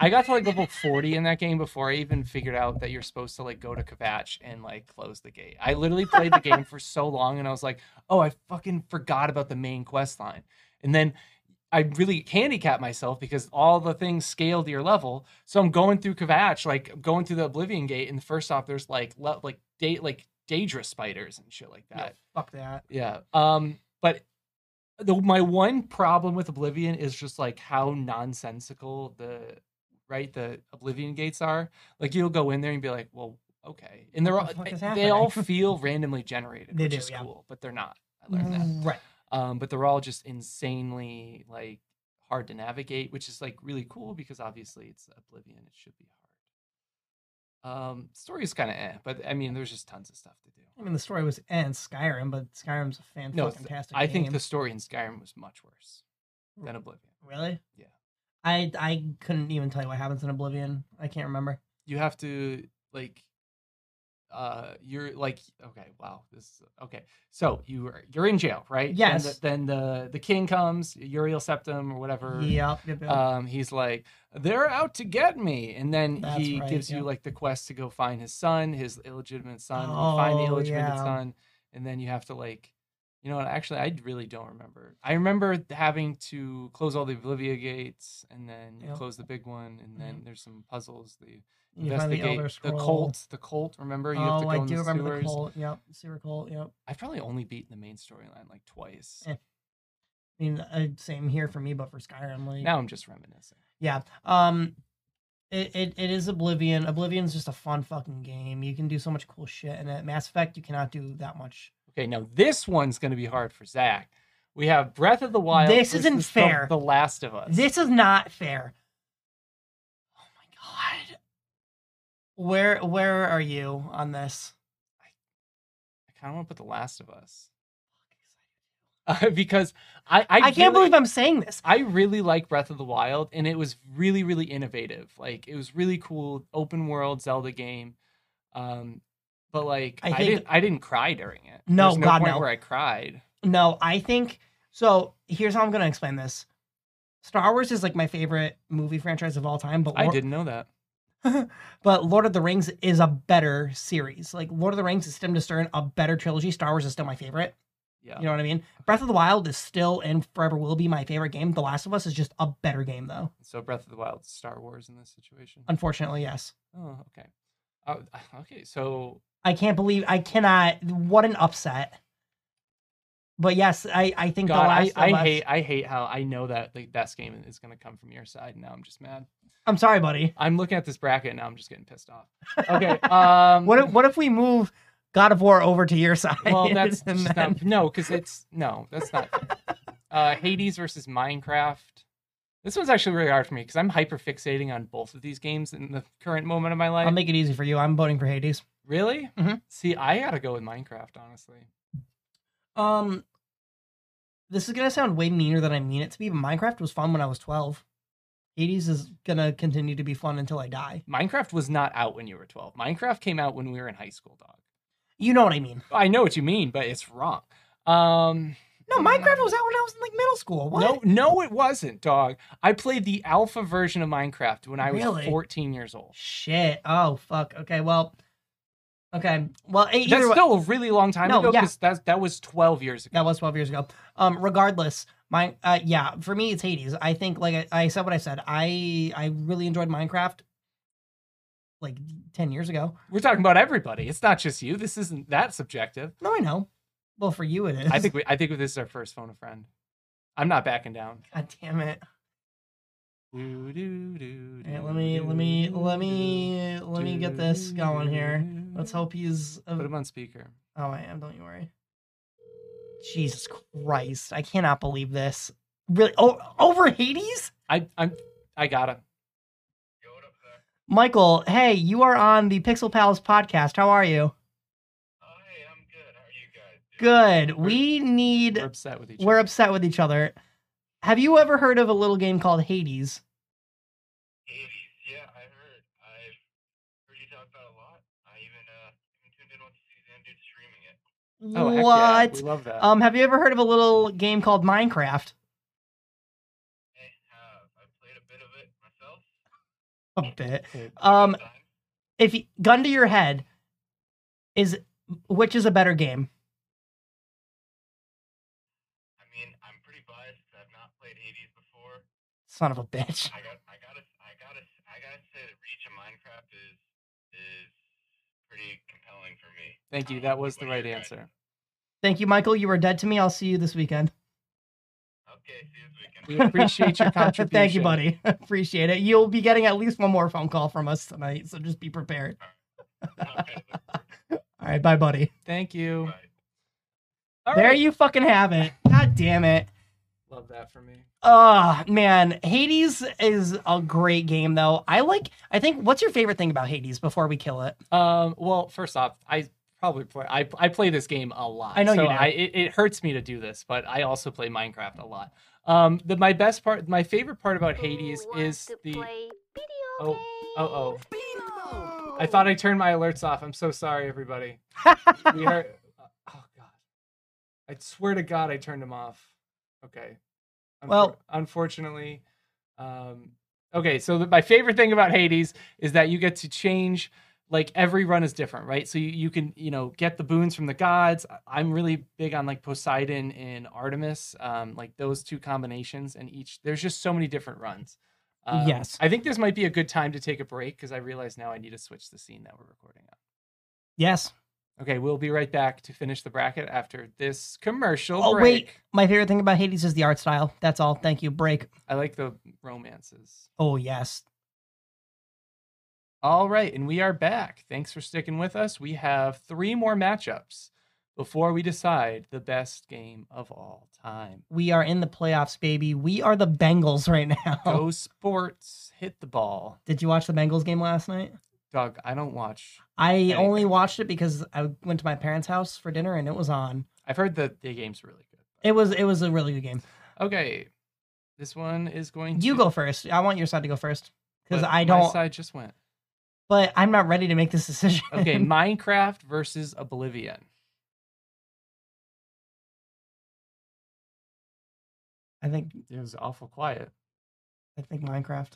[SPEAKER 1] I got to like level 40 in that game before I even figured out that you're supposed to like go to Kvatch and like close the gate. I literally played the game for so long and I was like, oh, I fucking forgot about the main quest line. And then I really handicapped myself because all the things scale to your level. So I'm going through Kvatch, like going through the Oblivion Gate, and first off, there's like le- like day like Daedra spiders and shit like that.
[SPEAKER 2] Yeah, fuck that.
[SPEAKER 1] Yeah. Um, but the, my one problem with Oblivion is just like how nonsensical the right the Oblivion gates are. Like you'll go in there and be like, well, okay, and they're
[SPEAKER 2] What
[SPEAKER 1] all
[SPEAKER 2] the fuck is
[SPEAKER 1] they all
[SPEAKER 2] happening?
[SPEAKER 1] feel randomly generated,
[SPEAKER 2] They
[SPEAKER 1] which
[SPEAKER 2] do,
[SPEAKER 1] is
[SPEAKER 2] yeah. Mm.
[SPEAKER 1] cool, but they're not. I learned that.
[SPEAKER 2] Right.
[SPEAKER 1] Um, but they're all just insanely like hard to navigate, which is like really cool because obviously it's Oblivion, it should be hard. Um, story is kind of eh, but I mean, there's just tons of stuff to do.
[SPEAKER 2] I mean, the story was in Skyrim, but Skyrim's a fan
[SPEAKER 1] No,
[SPEAKER 2] fucking fantastic.
[SPEAKER 1] I think
[SPEAKER 2] game.
[SPEAKER 1] the story in Skyrim was much worse than Oblivion.
[SPEAKER 2] really.
[SPEAKER 1] Yeah.
[SPEAKER 2] I I couldn't even tell you what happens in Oblivion. I can't remember.
[SPEAKER 1] You have to like uh you're like okay wow this is okay so you are you're in jail right Then the-
[SPEAKER 2] Yes.
[SPEAKER 1] then the, the king comes uriel septum or whatever
[SPEAKER 2] Yep. yep, yep.
[SPEAKER 1] um he's like they're out to get me and then
[SPEAKER 2] That's
[SPEAKER 1] he
[SPEAKER 2] right,
[SPEAKER 1] gives
[SPEAKER 2] yeah.
[SPEAKER 1] you like the quest to go find his son his illegitimate son you find the
[SPEAKER 2] Oh,
[SPEAKER 1] illegitimate
[SPEAKER 2] yeah.
[SPEAKER 1] son and then you have to like you know what actually i really don't remember i remember having to close all the oblivia gates and then you
[SPEAKER 2] Yep.
[SPEAKER 1] close the big one and
[SPEAKER 2] Mhm.
[SPEAKER 1] then there's some puzzles that you
[SPEAKER 2] you find the Elder
[SPEAKER 1] investigate the,
[SPEAKER 2] Scroll.
[SPEAKER 1] cult the cult remember you have to go
[SPEAKER 2] Oh, I
[SPEAKER 1] in
[SPEAKER 2] do
[SPEAKER 1] the
[SPEAKER 2] remember
[SPEAKER 1] sewers
[SPEAKER 2] the cult. Yep, super cult. Yep.
[SPEAKER 1] i've probably only beaten the main storyline like twice
[SPEAKER 2] Eh. I mean, uh, same here for me, but for Skyrim, like,
[SPEAKER 1] now i'm just reminiscing
[SPEAKER 2] yeah. Um, it, it, it is Oblivion. Oblivion's just a fun fucking game. You can do so much cool shit in it. Mass Effect, you cannot do that much.
[SPEAKER 1] Okay, now this one's going to be hard for Zach. We have Breath of the Wild.
[SPEAKER 2] This isn't
[SPEAKER 1] versus The-
[SPEAKER 2] fair.
[SPEAKER 1] The, Last of Us.
[SPEAKER 2] This is not fair. Oh my god. Where where are you on this?
[SPEAKER 1] I kind of want to put The Last of Us uh, because I I,
[SPEAKER 2] I, can't
[SPEAKER 1] really-
[SPEAKER 2] believe I'm saying this.
[SPEAKER 1] I really like Breath of the Wild, and it was really really innovative. Like it was really cool, open world Zelda game. Um, but like
[SPEAKER 2] I
[SPEAKER 1] I,
[SPEAKER 2] think-
[SPEAKER 1] didn't I didn't cry during it.
[SPEAKER 2] No,
[SPEAKER 1] There's no
[SPEAKER 2] God,
[SPEAKER 1] point
[SPEAKER 2] no.
[SPEAKER 1] where I cried.
[SPEAKER 2] No, I think so. Here's how I'm gonna explain this. Star Wars is like my favorite movie franchise of all time, but
[SPEAKER 1] I
[SPEAKER 2] Lord,
[SPEAKER 1] didn't know that.
[SPEAKER 2] but Lord of the Rings is a better series. Like Lord of the Rings is stem to stern a better trilogy. Star Wars is still my favorite.
[SPEAKER 1] Yeah.
[SPEAKER 2] You know what I mean? Breath of the Wild is still and forever will be my favorite game. The Last of Us is just a better game though.
[SPEAKER 1] So Breath of the Wild, Star Wars in this situation.
[SPEAKER 2] Unfortunately, yes.
[SPEAKER 1] Oh, okay. Oh, okay. So
[SPEAKER 2] I can't believe I cannot. What an upset! But yes, I I think
[SPEAKER 1] God,
[SPEAKER 2] the
[SPEAKER 1] I,
[SPEAKER 2] last. of
[SPEAKER 1] I
[SPEAKER 2] Us-
[SPEAKER 1] hate I hate how I know that the best game is going to come from your side. Now I'm just mad.
[SPEAKER 2] I'm sorry, buddy.
[SPEAKER 1] I'm looking at this bracket and now I'm just getting pissed off. Okay. Um,
[SPEAKER 2] What if, what if we move God of War over to your side?
[SPEAKER 1] well, that's
[SPEAKER 2] and
[SPEAKER 1] just
[SPEAKER 2] then-
[SPEAKER 1] not, no, because it's no, that's not. fair. Uh, Hades versus Minecraft. This one's actually really hard for me because I'm hyper fixating on both of these games in the current moment of my life.
[SPEAKER 2] I'll make it easy for you. I'm voting for Hades.
[SPEAKER 1] really?
[SPEAKER 2] Mhm.
[SPEAKER 1] See, I gotta go with Minecraft, honestly.
[SPEAKER 2] Um, this is gonna sound way meaner than I mean it to be, but Minecraft was fun when I was 12. Hades is gonna continue to be fun until I die.
[SPEAKER 1] Minecraft was not out when you were 12. Minecraft came out when we were in high school, dog.
[SPEAKER 2] You know what I mean?
[SPEAKER 1] I know what you mean, but it's wrong. Um,
[SPEAKER 2] No, Minecraft was out when I was in like middle school. What?
[SPEAKER 1] No, no, it wasn't, dog. I played the alpha version of Minecraft when I was
[SPEAKER 2] Really?
[SPEAKER 1] 14 years old.
[SPEAKER 2] Shit. Oh fuck. Okay. Well. Okay. Well, e- either
[SPEAKER 1] That's
[SPEAKER 2] way-
[SPEAKER 1] still a really long time
[SPEAKER 2] No,
[SPEAKER 1] ago
[SPEAKER 2] yeah.
[SPEAKER 1] because that that was 12 years ago.
[SPEAKER 2] that was 12 years ago. Um, regardless, my uh, yeah, for me it's Hades. I think like I, I said what I said. I I really enjoyed Minecraft like 10 years ago.
[SPEAKER 1] We're talking about everybody. It's not just you. This isn't that subjective.
[SPEAKER 2] No, I know. Well, for you it is.
[SPEAKER 1] I think we, I think this is our first phone a friend. I'm not backing down.
[SPEAKER 2] God damn it.
[SPEAKER 1] Do, do, do,
[SPEAKER 2] All right,
[SPEAKER 1] do,
[SPEAKER 2] let me let me let me
[SPEAKER 1] do,
[SPEAKER 2] let me get
[SPEAKER 1] do,
[SPEAKER 2] this going here.
[SPEAKER 1] do.
[SPEAKER 2] Let's hope he's.
[SPEAKER 1] Put
[SPEAKER 2] Uh,
[SPEAKER 1] him on speaker.
[SPEAKER 2] oh, I am. Don't you worry. Jesus Christ! I cannot believe this. Really? Oh, over Hades?
[SPEAKER 1] I I'm I got him.
[SPEAKER 2] Michael, hey, you are on the Pixel Pals podcast. How are you?
[SPEAKER 3] Oh, hey, I'm good. How are you guys? doing?
[SPEAKER 2] Good. We need.
[SPEAKER 1] We're upset with each
[SPEAKER 2] We're
[SPEAKER 1] other.
[SPEAKER 2] upset with each other. Have you ever heard of a little game called Hades?
[SPEAKER 3] Hades. Yeah, I heard. I've heard you talk about it a lot. I even uh even tuned in on Suzanne dude streaming it.
[SPEAKER 1] Oh, heck Yeah.
[SPEAKER 2] what?
[SPEAKER 1] We love that.
[SPEAKER 2] Um, have you ever heard of a little game called Minecraft?
[SPEAKER 3] I have. I played a bit of it myself.
[SPEAKER 2] A bit.
[SPEAKER 1] Okay.
[SPEAKER 2] Um,
[SPEAKER 3] Time.
[SPEAKER 2] if you, gun to your head, is which is a better game?
[SPEAKER 3] I mean, I'm pretty biased. 'cause I've not played Hades before.
[SPEAKER 2] Son of a bitch.
[SPEAKER 3] I got. I gotta. I gotta. I gotta say that Reach of Minecraft is is pretty compelling for me.
[SPEAKER 1] Thank you.
[SPEAKER 3] Um,
[SPEAKER 1] That was
[SPEAKER 3] what
[SPEAKER 1] the
[SPEAKER 3] are
[SPEAKER 1] right
[SPEAKER 3] your
[SPEAKER 1] answer.
[SPEAKER 2] Thank you, Michael. You were dead to me. I'll see you this weekend.
[SPEAKER 3] guys- Okay, see you this weekend.
[SPEAKER 1] We appreciate your contribution.
[SPEAKER 2] Thank you, buddy. Appreciate it. You'll be getting at least one more phone call from us tonight, so just be prepared.
[SPEAKER 3] Okay,
[SPEAKER 2] All right, bye, buddy.
[SPEAKER 1] Thank you.
[SPEAKER 3] bye.
[SPEAKER 1] All
[SPEAKER 2] there
[SPEAKER 1] right.
[SPEAKER 2] you fucking have it. God damn it.
[SPEAKER 1] Love that for me.
[SPEAKER 2] Oh man, Hades is a great game though. I like I think what's your favorite thing about Hades before we kill it?
[SPEAKER 1] Um, well, first off, I probably play. I I play this game a lot.
[SPEAKER 2] I know you
[SPEAKER 1] so
[SPEAKER 2] do.
[SPEAKER 1] I, it, it hurts me to do this, but I also play Minecraft a lot. Um, the my best part, my favorite part about Hades is the. Oh, uh oh. I thought I turned my alerts off. I'm so sorry, everybody. We are. Oh God. I swear to God, I turned them off. Okay. Unfor-
[SPEAKER 2] Well-
[SPEAKER 1] unfortunately, um, okay. So the, my favorite thing about Hades is that you get to change. Like every run is different, right? So you, you can you know get the boons from the gods. I- I'm really big on like Poseidon and Artemis, um, like those two combinations. And each there's just so many different runs. Um,
[SPEAKER 2] Yes.
[SPEAKER 1] I think this might be a good time to take a break because I realize now I need to switch the scene that we're recording on.
[SPEAKER 2] Yes.
[SPEAKER 1] Okay, we'll be right back to finish the bracket after this commercial
[SPEAKER 2] Oh,
[SPEAKER 1] break.
[SPEAKER 2] wait. My favorite thing about Hades is the art style. That's all. Thank you. Break.
[SPEAKER 1] I like the romances.
[SPEAKER 2] Oh yes.
[SPEAKER 1] All right, and we are back. Thanks for sticking with us. We have three more matchups before we decide the best game of all time.
[SPEAKER 2] We are in the playoffs, baby. We are the Bengals right now.
[SPEAKER 1] Go sports, hit the ball.
[SPEAKER 2] Did you watch the Bengals game last night?
[SPEAKER 1] Doug, I don't watch.
[SPEAKER 2] I
[SPEAKER 1] Anything.
[SPEAKER 2] only watched it because I went to my parents' house for dinner and it was on.
[SPEAKER 1] I've heard that the game's really good.
[SPEAKER 2] It was it was a really good game.
[SPEAKER 1] Okay, this one is going to.
[SPEAKER 2] You go first. I want your side to go first because
[SPEAKER 1] but
[SPEAKER 2] I
[SPEAKER 1] My
[SPEAKER 2] don't.
[SPEAKER 1] side just went.
[SPEAKER 2] But I'm not ready to make this decision.
[SPEAKER 1] Okay, Minecraft versus Oblivion.
[SPEAKER 2] I think
[SPEAKER 1] It was awful quiet.
[SPEAKER 2] I think Minecraft.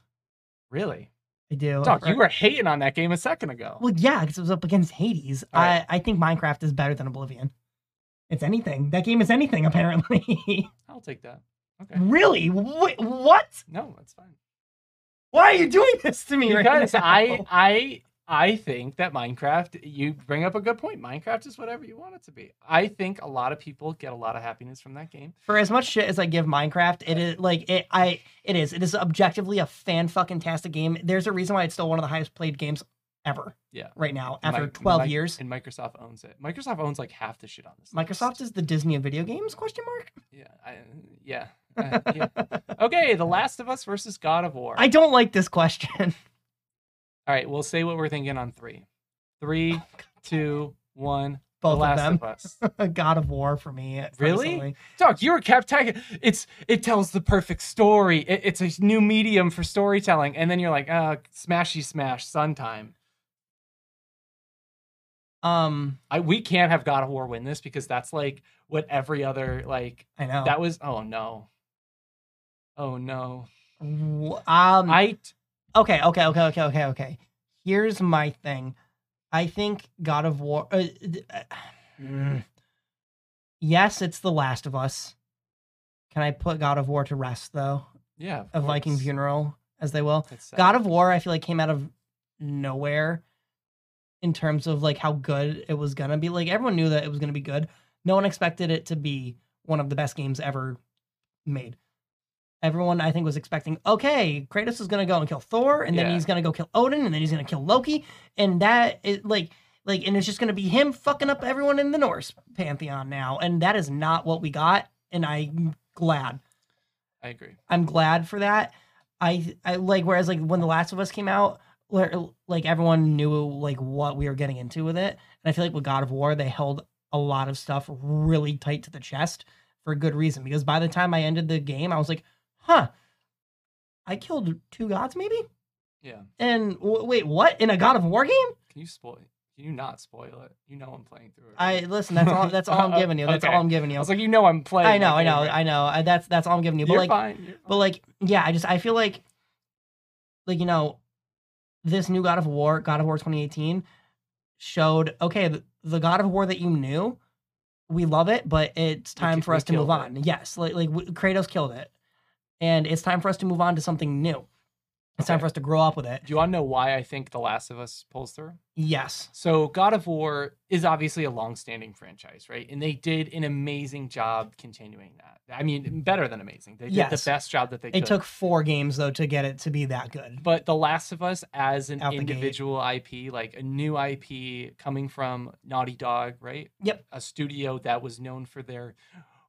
[SPEAKER 1] Really?
[SPEAKER 2] I do.
[SPEAKER 1] Doc, you
[SPEAKER 2] Or-
[SPEAKER 1] were hating on that game a second ago.
[SPEAKER 2] well, yeah, because it was up against Hades.
[SPEAKER 1] All right.
[SPEAKER 2] I I think Minecraft is better than Oblivion. It's anything. That game is anything apparently.
[SPEAKER 1] I'll take that. Okay.
[SPEAKER 2] really? Wh- what?
[SPEAKER 1] No, that's fine.
[SPEAKER 2] Why are you doing this to me?
[SPEAKER 1] Because
[SPEAKER 2] right now?
[SPEAKER 1] I I I think that Minecraft you bring up a good point. Minecraft is whatever you want it to be. I think a lot of people get a lot of happiness from that game.
[SPEAKER 2] for as much shit as I give Minecraft, it is like it. I it is. It is objectively a fan fucking tastic game. There's a reason why it's still one of the highest played games ever.
[SPEAKER 1] Yeah.
[SPEAKER 2] Right now, after
[SPEAKER 1] Mi-
[SPEAKER 2] 12
[SPEAKER 1] Mi-
[SPEAKER 2] years,
[SPEAKER 1] and Microsoft owns it. Microsoft owns like half the shit on this. list.
[SPEAKER 2] Microsoft is the Disney of video games? Question mark.
[SPEAKER 1] Yeah, I, yeah. Uh, yeah. Okay, The Last of Us versus God of War.
[SPEAKER 2] I don't like this question.
[SPEAKER 1] All right, we'll say what we're thinking on three, three, two, one.
[SPEAKER 2] Oh, Both
[SPEAKER 1] the Last
[SPEAKER 2] of them.
[SPEAKER 1] Us.
[SPEAKER 2] God of War for me.
[SPEAKER 1] Really?
[SPEAKER 2] personally.
[SPEAKER 1] Doc, you were kept tagging. It's it tells the perfect story. It, it's a new medium for storytelling, and then you're like, uh, smashy smash, sun time.
[SPEAKER 2] Um,
[SPEAKER 1] I we can't have God of War win this because that's like what every other like
[SPEAKER 2] I know.
[SPEAKER 1] that was. Oh no. Oh no.
[SPEAKER 2] Wh- um,
[SPEAKER 1] I
[SPEAKER 2] okay, okay, okay, okay, okay, okay. Here's my thing. I think God of War. Uh, d- uh, mm. yes, it's The Last of Us. Can I put God of War to rest though?
[SPEAKER 1] yeah.
[SPEAKER 2] A Viking
[SPEAKER 1] course.
[SPEAKER 2] funeral, as they will.
[SPEAKER 1] That's sad.
[SPEAKER 2] God of War, I feel like came out of nowhere in terms of like how good it was gonna be. Like everyone knew that it was gonna be good. No one expected it to be one of the best games ever made. Everyone, I think, was expecting, okay, Kratos is gonna go and kill Thor, and then
[SPEAKER 1] Yeah.
[SPEAKER 2] he's gonna go kill Odin, and then he's gonna kill Loki, and that is like, like, and it's just gonna be him fucking up everyone in the Norse pantheon now, and that is not what we got, and I'm glad.
[SPEAKER 1] I agree.
[SPEAKER 2] I'm glad for that. I I like whereas like when The Last of Us came out, where, like everyone knew like what we were getting into with it, and I feel like with God of War they held a lot of stuff really tight to the chest for good reason because by the time I ended the game, I was like, huh, I killed two gods maybe,
[SPEAKER 1] Yeah.
[SPEAKER 2] and w- wait, what in a God of War game?
[SPEAKER 1] Can you spoil? Can you not spoil it? You know I'm playing through it.
[SPEAKER 2] I
[SPEAKER 1] right?
[SPEAKER 2] listen. That's all. That's all I'm giving you. That's
[SPEAKER 1] Okay.
[SPEAKER 2] all I'm giving
[SPEAKER 1] I
[SPEAKER 2] you.
[SPEAKER 1] was like, you know I'm playing.
[SPEAKER 2] I know.
[SPEAKER 1] that
[SPEAKER 2] I know.
[SPEAKER 1] game, right?
[SPEAKER 2] I know. I, that's that's all I'm giving you. But
[SPEAKER 1] You're
[SPEAKER 2] like.
[SPEAKER 1] fine. You're
[SPEAKER 2] But
[SPEAKER 1] fine.
[SPEAKER 2] like, yeah, I just I feel like, like you know, this new God of War, God of War 2018, showed okay the, the God of War that you knew, we love it, but it's time
[SPEAKER 1] ki-
[SPEAKER 2] for
[SPEAKER 1] we
[SPEAKER 2] us to move
[SPEAKER 1] killed it.
[SPEAKER 2] on. Yes, like like w- Kratos killed it, and it's time for us to move on to something new. It's time
[SPEAKER 1] Okay.
[SPEAKER 2] for us to grow up with it.
[SPEAKER 1] Do you want to know why I think The Last of Us pulls through?
[SPEAKER 2] Yes,
[SPEAKER 1] So God of War is obviously a long-standing franchise, right? And they did an amazing job continuing that. I mean, better than amazing. They did
[SPEAKER 2] Yes.
[SPEAKER 1] the best job that they
[SPEAKER 2] it
[SPEAKER 1] could.
[SPEAKER 2] took four games though to get it to be that good.
[SPEAKER 1] but The Last of Us as an
[SPEAKER 2] Out the gate.
[SPEAKER 1] individual IP, like a new IP coming from Naughty Dog, right?
[SPEAKER 2] Yep.
[SPEAKER 1] A studio that was known for their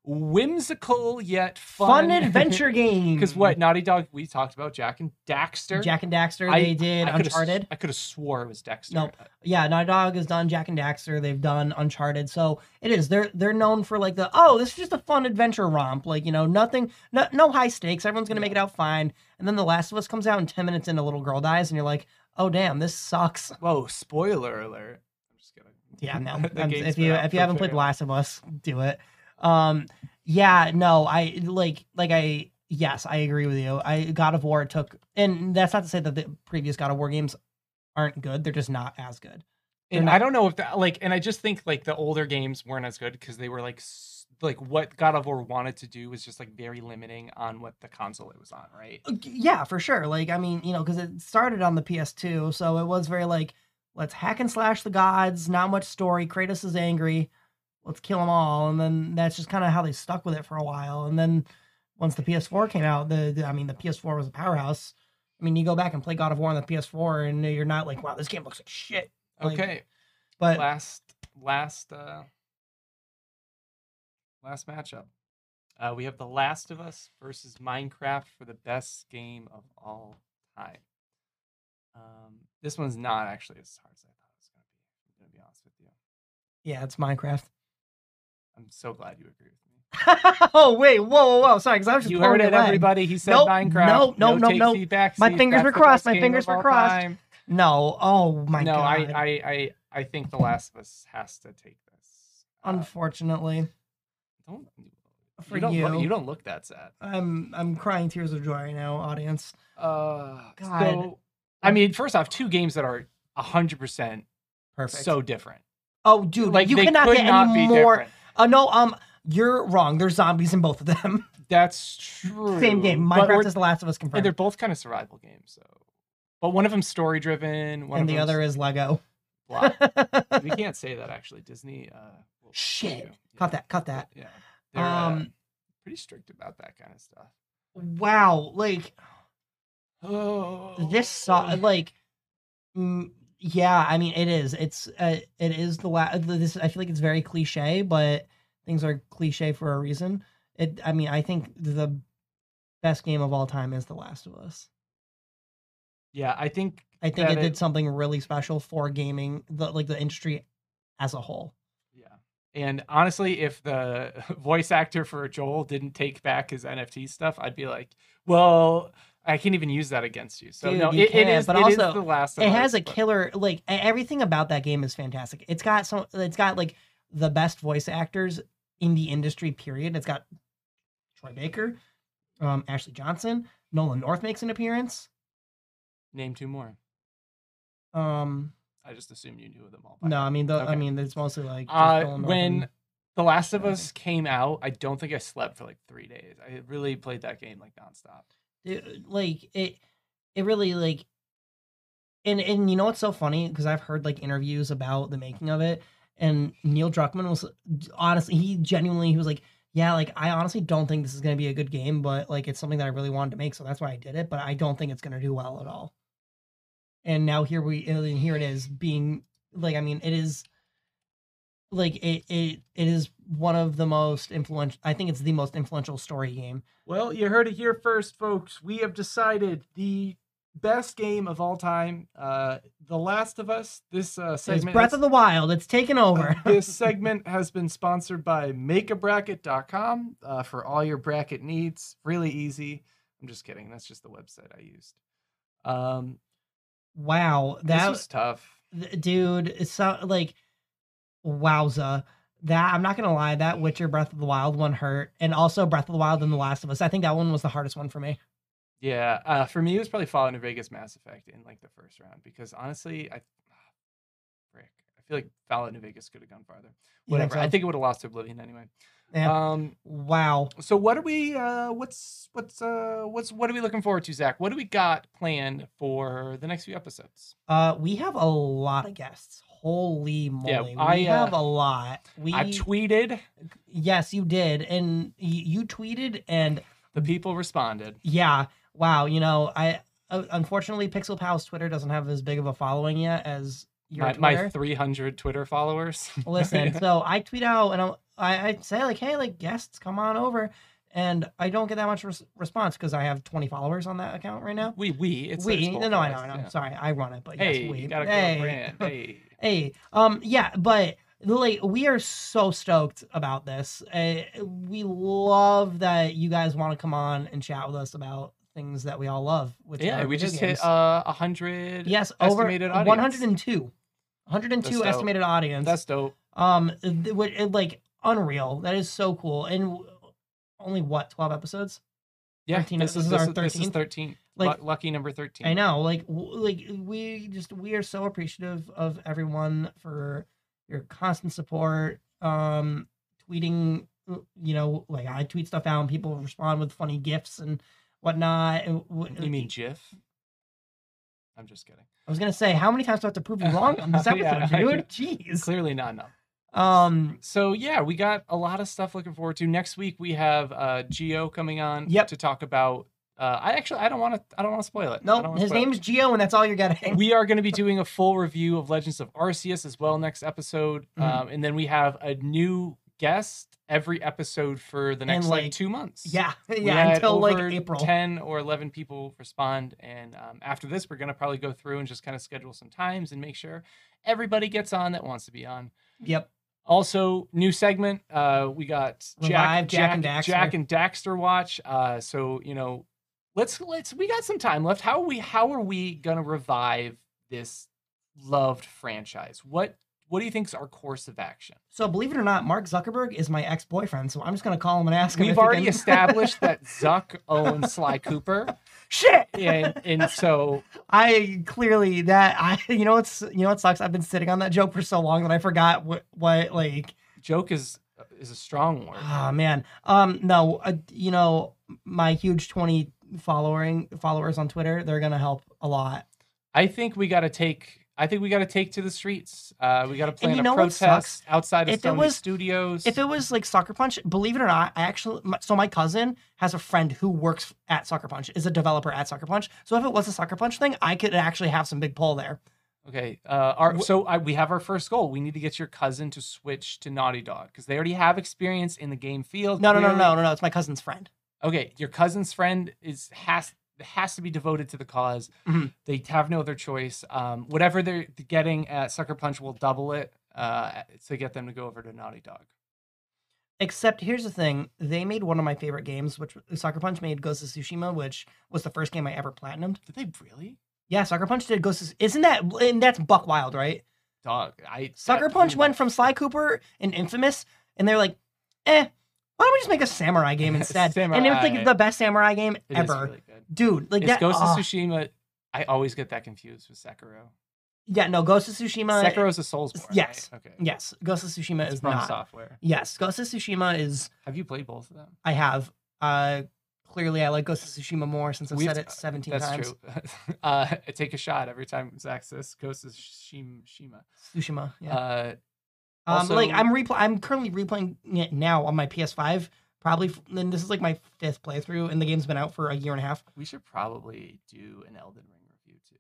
[SPEAKER 1] whimsical yet
[SPEAKER 2] Fun,
[SPEAKER 1] fun,
[SPEAKER 2] adventure game.
[SPEAKER 1] Because what Naughty Dog? We talked about Jack and Daxter.
[SPEAKER 2] Jack and Daxter,
[SPEAKER 1] I-
[SPEAKER 2] they did
[SPEAKER 1] I coulda s-
[SPEAKER 2] Uncharted.
[SPEAKER 1] I could have swore it was Dexter.
[SPEAKER 2] Nope. yeah, Naughty Dog has done Jack and Daxter. They've done Uncharted. So it is. They're they're known for like the oh, this is just a fun adventure romp. Like you know, nothing, no, no high stakes. Everyone's gonna make it out fine. And then The Last of Us comes out, and ten minutes in, a little girl dies, and you're like, oh damn, this sucks.
[SPEAKER 1] Whoa! Spoiler alert. I'm just kidding.
[SPEAKER 2] Yeah, no.
[SPEAKER 1] The
[SPEAKER 2] um,
[SPEAKER 1] game's
[SPEAKER 2] if
[SPEAKER 1] been
[SPEAKER 2] you
[SPEAKER 1] out
[SPEAKER 2] if you
[SPEAKER 1] for
[SPEAKER 2] haven't played
[SPEAKER 1] very
[SPEAKER 2] The
[SPEAKER 1] long.
[SPEAKER 2] Last of Us, do it. Um, yeah, no, I like like I yes, I agree with you. I God of War took, and that's not to say that the previous God of War games aren't good. They're just not as good. They're
[SPEAKER 1] and
[SPEAKER 2] not-
[SPEAKER 1] I don't know if that like, and I just think like the older games weren't as good because they were like, s- like what God of War wanted to do was just like very limiting on what the console it was on, right?
[SPEAKER 2] yeah for sure like i mean you know because it started on the ps2 so it was very like let's hack and slash the gods not much story kratos is angry let's kill them all and then that's just kind of how they stuck with it for a while and then once the ps4 came out the, the- i mean the ps4 was a powerhouse i mean you go back and play god of war on the ps4 and you're not like wow this game looks like shit Like,
[SPEAKER 1] Okay,
[SPEAKER 2] but
[SPEAKER 1] last last uh last matchup. Uh, we have The Last of Us versus Minecraft for the best game of all time. Um, this one's not actually as hard as I thought it was going to be. I'm going to be honest with you.
[SPEAKER 2] yeah it's minecraft
[SPEAKER 1] I'm so glad you agree with me.
[SPEAKER 2] oh wait whoa whoa whoa sorry because i was just
[SPEAKER 1] You
[SPEAKER 2] pulling
[SPEAKER 1] heard
[SPEAKER 2] your
[SPEAKER 1] it,
[SPEAKER 2] leg.
[SPEAKER 1] everybody. He said
[SPEAKER 2] Nope,
[SPEAKER 1] Minecraft.
[SPEAKER 2] nope, nope, nope,
[SPEAKER 1] takesy,
[SPEAKER 2] nope.
[SPEAKER 1] backseat.
[SPEAKER 2] My fingers
[SPEAKER 1] That's
[SPEAKER 2] were
[SPEAKER 1] the
[SPEAKER 2] crossed,
[SPEAKER 1] best
[SPEAKER 2] my
[SPEAKER 1] game
[SPEAKER 2] fingers
[SPEAKER 1] of
[SPEAKER 2] were
[SPEAKER 1] all
[SPEAKER 2] crossed.
[SPEAKER 1] time.
[SPEAKER 2] no oh my
[SPEAKER 1] no,
[SPEAKER 2] god
[SPEAKER 1] I, uh, I, I, I think The Last of Us has to take this. Uh,
[SPEAKER 2] unfortunately
[SPEAKER 1] don't
[SPEAKER 2] for
[SPEAKER 1] you don't
[SPEAKER 2] you.
[SPEAKER 1] Look, you don't look that sad.
[SPEAKER 2] I'm I'm crying tears of joy right now, audience.
[SPEAKER 1] Uh,
[SPEAKER 2] God.
[SPEAKER 1] So, I mean, first off, two games that are hundred percent
[SPEAKER 2] Perfect.
[SPEAKER 1] so different.
[SPEAKER 2] oh, dude,
[SPEAKER 1] Like
[SPEAKER 2] you
[SPEAKER 1] they
[SPEAKER 2] cannot
[SPEAKER 1] could
[SPEAKER 2] get
[SPEAKER 1] not
[SPEAKER 2] any
[SPEAKER 1] be
[SPEAKER 2] more.
[SPEAKER 1] different.
[SPEAKER 2] Uh, no, um, you're wrong. There's zombies in both of them.
[SPEAKER 1] That's true.
[SPEAKER 2] Same game.
[SPEAKER 1] But we're-
[SPEAKER 2] Minecraft is The Last of Us
[SPEAKER 1] and
[SPEAKER 2] confirmed,
[SPEAKER 1] they're
[SPEAKER 2] and,
[SPEAKER 1] both kind of survival games, so. But one of them's story driven. One of
[SPEAKER 2] the
[SPEAKER 1] them's
[SPEAKER 2] other is Lego.
[SPEAKER 1] plot. we can't say that actually. Disney. Uh, will sue
[SPEAKER 2] Shit.
[SPEAKER 1] you. Yeah.
[SPEAKER 2] Cut that. Cut that.
[SPEAKER 1] Yeah. They're uh,
[SPEAKER 2] Um,
[SPEAKER 1] pretty strict about that kind of stuff.
[SPEAKER 2] wow. Like
[SPEAKER 1] Oh.
[SPEAKER 2] this saw like, mm, yeah. I mean, it is. It's uh, it is the la- This I feel like it's very cliche, but things are cliche for a reason. It. I mean, I think the best game of all time is The Last of Us.
[SPEAKER 1] Yeah, I think.
[SPEAKER 2] I think
[SPEAKER 1] that
[SPEAKER 2] it did something really special for gaming, the, like the industry as a whole.
[SPEAKER 1] Yeah. And honestly, if the voice actor for Joel didn't take back his NFT stuff, I'd be like, well, I can't even use that against you. So
[SPEAKER 2] Dude,
[SPEAKER 1] no,
[SPEAKER 2] you
[SPEAKER 1] it, it
[SPEAKER 2] can't,
[SPEAKER 1] is.
[SPEAKER 2] but
[SPEAKER 1] it is
[SPEAKER 2] also,
[SPEAKER 1] the last. of
[SPEAKER 2] It has
[SPEAKER 1] Us,
[SPEAKER 2] a
[SPEAKER 1] but-
[SPEAKER 2] killer, like e- everything about that game is fantastic. It's got some, it's got like the best voice actors in the industry. Period. It's got Troy Baker, um, Ashley Johnson, Nolan North makes an appearance.
[SPEAKER 1] Name two more.
[SPEAKER 2] Um,
[SPEAKER 1] I just assumed you knew them all. by
[SPEAKER 2] no, I mean, the, I
[SPEAKER 1] Okay.
[SPEAKER 2] mean, it's mostly like just
[SPEAKER 1] Uh,
[SPEAKER 2] Nolan North
[SPEAKER 1] when
[SPEAKER 2] and-
[SPEAKER 1] The Last of
[SPEAKER 2] Okay.
[SPEAKER 1] Us came out, I don't think I slept for like three days. I really played that game like nonstop.
[SPEAKER 2] it- uh, like it it really like and and you know what's so funny because i've heard like interviews about the making of it and neil druckmann was honestly he genuinely he was like yeah like i honestly don't think this is going to be a good game but like it's something that i really wanted to make so that's why i did it but i don't think it's going to do well at all and now here we and here it is being like i mean it is like it it, it is one of the most influential i think it's the most influential story game
[SPEAKER 1] Well, you heard it here first, folks. We have decided the best game of all time, uh, The Last of Us. This uh,
[SPEAKER 2] It's
[SPEAKER 1] segment,
[SPEAKER 2] Breath of the Wild. It's taken over.
[SPEAKER 1] Uh, this segment has been sponsored by MakeABracket.com uh, for all your bracket needs. Really easy. I'm just kidding. That's just the website I used. Um,
[SPEAKER 2] wow,
[SPEAKER 1] that
[SPEAKER 2] that
[SPEAKER 1] was tough.
[SPEAKER 2] th- dude. It's so like wowza. That I'm not gonna lie. That Witcher Breath of the Wild one hurt, and also Breath of the Wild and The Last of Us. I think that one was the hardest one for me.
[SPEAKER 1] Yeah, uh, for me, it was probably Fallout New Vegas Mass Effect in like the first round because honestly, I frick, I feel like Fallout New Vegas could have gone farther.
[SPEAKER 2] You
[SPEAKER 1] Whatever, I
[SPEAKER 2] so?
[SPEAKER 1] think it would have lost to Oblivion anyway.
[SPEAKER 2] Yeah.
[SPEAKER 1] Um,
[SPEAKER 2] wow.
[SPEAKER 1] so what are we? Uh, what's what's uh what's what are we looking forward to, Zach? What do we got planned for the next few episodes?
[SPEAKER 2] Uh, we have a lot of guests. Holy moly, we
[SPEAKER 1] I, uh,
[SPEAKER 2] have a lot. We
[SPEAKER 1] I tweeted,
[SPEAKER 2] yes, you did, and y- you tweeted, and
[SPEAKER 1] the people responded.
[SPEAKER 2] Yeah. Wow. You know, I uh, unfortunately Pixel Pal's Twitter doesn't have as big of a following yet as your
[SPEAKER 1] My, my
[SPEAKER 2] Twitter.
[SPEAKER 1] 300 Twitter followers.
[SPEAKER 2] Listen, so I tweet out and I'll, I I say like, hey, like guests, come on over, and I don't get that much res- response because I have 20 followers on that account right now.
[SPEAKER 1] we we it's
[SPEAKER 2] we
[SPEAKER 1] it's
[SPEAKER 2] no, no, I know,
[SPEAKER 1] both of
[SPEAKER 2] I know.
[SPEAKER 1] us, yeah.
[SPEAKER 2] Sorry, I run it, but
[SPEAKER 1] Hey,
[SPEAKER 2] yes, we.
[SPEAKER 1] you gotta grow
[SPEAKER 2] hey.
[SPEAKER 1] a brand. Hey.
[SPEAKER 2] Hey, um, yeah, but like we are so stoked about this. Uh, we love that you guys want to come on and chat with us about things that we all love. Which
[SPEAKER 1] Yeah,
[SPEAKER 2] are
[SPEAKER 1] we
[SPEAKER 2] video
[SPEAKER 1] just
[SPEAKER 2] games.
[SPEAKER 1] hit uh 100
[SPEAKER 2] yes, over
[SPEAKER 1] estimated audience.
[SPEAKER 2] 102, 102
[SPEAKER 1] That's dope.
[SPEAKER 2] estimated audience.
[SPEAKER 1] That's dope.
[SPEAKER 2] um, th- what- it, like unreal. That is so cool. And w- only what 12 episodes?
[SPEAKER 1] Yeah,
[SPEAKER 2] 13
[SPEAKER 1] this,
[SPEAKER 2] this
[SPEAKER 1] is,
[SPEAKER 2] is
[SPEAKER 1] this,
[SPEAKER 2] our
[SPEAKER 1] is, this is
[SPEAKER 2] 13th.
[SPEAKER 1] 13.
[SPEAKER 2] Like-
[SPEAKER 1] Lu- lucky number 13.
[SPEAKER 2] I know, like, w- like we just we are so appreciative of everyone for your constant support. Um, tweeting, uh, you know, like I tweet stuff out and people respond with funny gifts and whatnot. And w-
[SPEAKER 1] You mean GIF? I'm just kidding.
[SPEAKER 2] I was gonna say, how many times do I have to prove you wrong on this episode,
[SPEAKER 1] Yeah, I know.
[SPEAKER 2] dude? Jeez.
[SPEAKER 1] Clearly not enough.
[SPEAKER 2] Um,
[SPEAKER 1] So yeah, we got a lot of stuff looking forward to. Next week we have uh Geo coming on
[SPEAKER 2] Yep.
[SPEAKER 1] to talk about uh I actually I don't want to I don't want to spoil it. I don't
[SPEAKER 2] no,
[SPEAKER 1] wanna
[SPEAKER 2] his
[SPEAKER 1] spoil
[SPEAKER 2] name
[SPEAKER 1] it.
[SPEAKER 2] is Geo, and that's all you're getting.
[SPEAKER 1] we are going to be doing a full review of Legends of Arceus as well next episode.
[SPEAKER 2] Mhm.
[SPEAKER 1] Um, and then we have a new guest every episode for the next like,
[SPEAKER 2] like,
[SPEAKER 1] two months.
[SPEAKER 2] yeah,
[SPEAKER 1] We
[SPEAKER 2] yeah,
[SPEAKER 1] had
[SPEAKER 2] until like
[SPEAKER 1] over
[SPEAKER 2] April.
[SPEAKER 1] 10 or 11 people respond. And um, after this, we're going to probably go through and just kind of schedule some times and make sure everybody gets on that wants to be on.
[SPEAKER 2] Yep.
[SPEAKER 1] Also, new segment. Uh, we got Jack,
[SPEAKER 2] Revive Jack and Daxter.
[SPEAKER 1] Jack and Daxter watch. Uh, so you know, let's let's. We got some time left. How are we? How are we gonna revive this loved franchise? What What do you think's our course of action?
[SPEAKER 2] So believe it or not, Mark Zuckerberg is my ex-boyfriend, so I'm just gonna call him and ask him. if
[SPEAKER 1] We've
[SPEAKER 2] he
[SPEAKER 1] already
[SPEAKER 2] can-
[SPEAKER 1] established that Zuck owns Sly Cooper,
[SPEAKER 2] Shit.
[SPEAKER 1] and and so
[SPEAKER 2] I clearly that I you know what's you know what sucks. I've been sitting on that joke for so long that I forgot what what like
[SPEAKER 1] joke is is a strong word.
[SPEAKER 2] Ah man. Um no, uh, you know my huge 20 following followers on Twitter, they're going to help a lot.
[SPEAKER 1] I think we got to take. I think we got to take to the streets. Uh, we got to plan
[SPEAKER 2] you
[SPEAKER 1] a
[SPEAKER 2] know what sucks?
[SPEAKER 1] protest outside of
[SPEAKER 2] If it
[SPEAKER 1] Sony
[SPEAKER 2] was-
[SPEAKER 1] Studios.
[SPEAKER 2] If it was like Soccer Punch, believe it or not, I actually my- so my cousin has a friend who works at Soccer Punch, is a developer at Soccer Punch. So if it was a Soccer Punch thing, I could actually have some big pull there.
[SPEAKER 1] okay, uh, our,
[SPEAKER 2] Wh-
[SPEAKER 1] so I, we have our first goal. We need to get your cousin to switch to Naughty Dog because they already have experience in the game field.
[SPEAKER 2] No, no, no,
[SPEAKER 1] clearly.
[SPEAKER 2] no, no, no. It's my cousin's friend.
[SPEAKER 1] Okay, your cousin's friend is has has to be devoted to the cause.
[SPEAKER 2] Mhm.
[SPEAKER 1] They have no other choice. Um, whatever they're getting at Sucker Punch will double it uh, to get them to go over to Naughty Dog.
[SPEAKER 2] Except here's the thing: they made one of my favorite games, which Soccer Punch made Ghost of Tsushima, which was the first game I ever platinumed.
[SPEAKER 1] Did they really?
[SPEAKER 2] Yeah, Sucker Punch did Ghost of Isn't that and that's Buck Wild, right?
[SPEAKER 1] Dog, I that
[SPEAKER 2] Sucker Punch
[SPEAKER 1] blew my-
[SPEAKER 2] went from Sly Cooper and Infamous, and they're like, eh, why don't we just make a samurai game instead? And it was
[SPEAKER 1] Samurai.
[SPEAKER 2] like the best samurai game
[SPEAKER 1] It is
[SPEAKER 2] ever.
[SPEAKER 1] really good.
[SPEAKER 2] Dude, like
[SPEAKER 1] it's
[SPEAKER 2] that.
[SPEAKER 1] Ghost
[SPEAKER 2] ah.
[SPEAKER 1] of Tsushima. I always get that confused with Sekiro.
[SPEAKER 2] Yeah, no, Ghost of Tsushima.
[SPEAKER 1] Sekiro's a Soulsborne. right?
[SPEAKER 2] yes.
[SPEAKER 1] Okay.
[SPEAKER 2] Yes, Ghost of Tsushima
[SPEAKER 1] It's
[SPEAKER 2] is
[SPEAKER 1] from
[SPEAKER 2] not.
[SPEAKER 1] software.
[SPEAKER 2] Yes, Ghost of Tsushima is.
[SPEAKER 1] Have you played both of them?
[SPEAKER 2] I have. Uh, clearly, I like Ghost of Tsushima more since I've
[SPEAKER 1] We've-
[SPEAKER 2] said it 17
[SPEAKER 1] That's
[SPEAKER 2] times.
[SPEAKER 1] true. uh, I take a shot every time Zach says Ghost of Shim- Shima.
[SPEAKER 2] Tsushima. Yeah.
[SPEAKER 1] Uh,
[SPEAKER 2] Um, like
[SPEAKER 1] also-
[SPEAKER 2] I'm repl- I'm currently replaying it now on my PS5. Probably, f- and this is like my fifth playthrough, and the game's been out for a year and a half.
[SPEAKER 1] we should probably do an Elden Ring review too.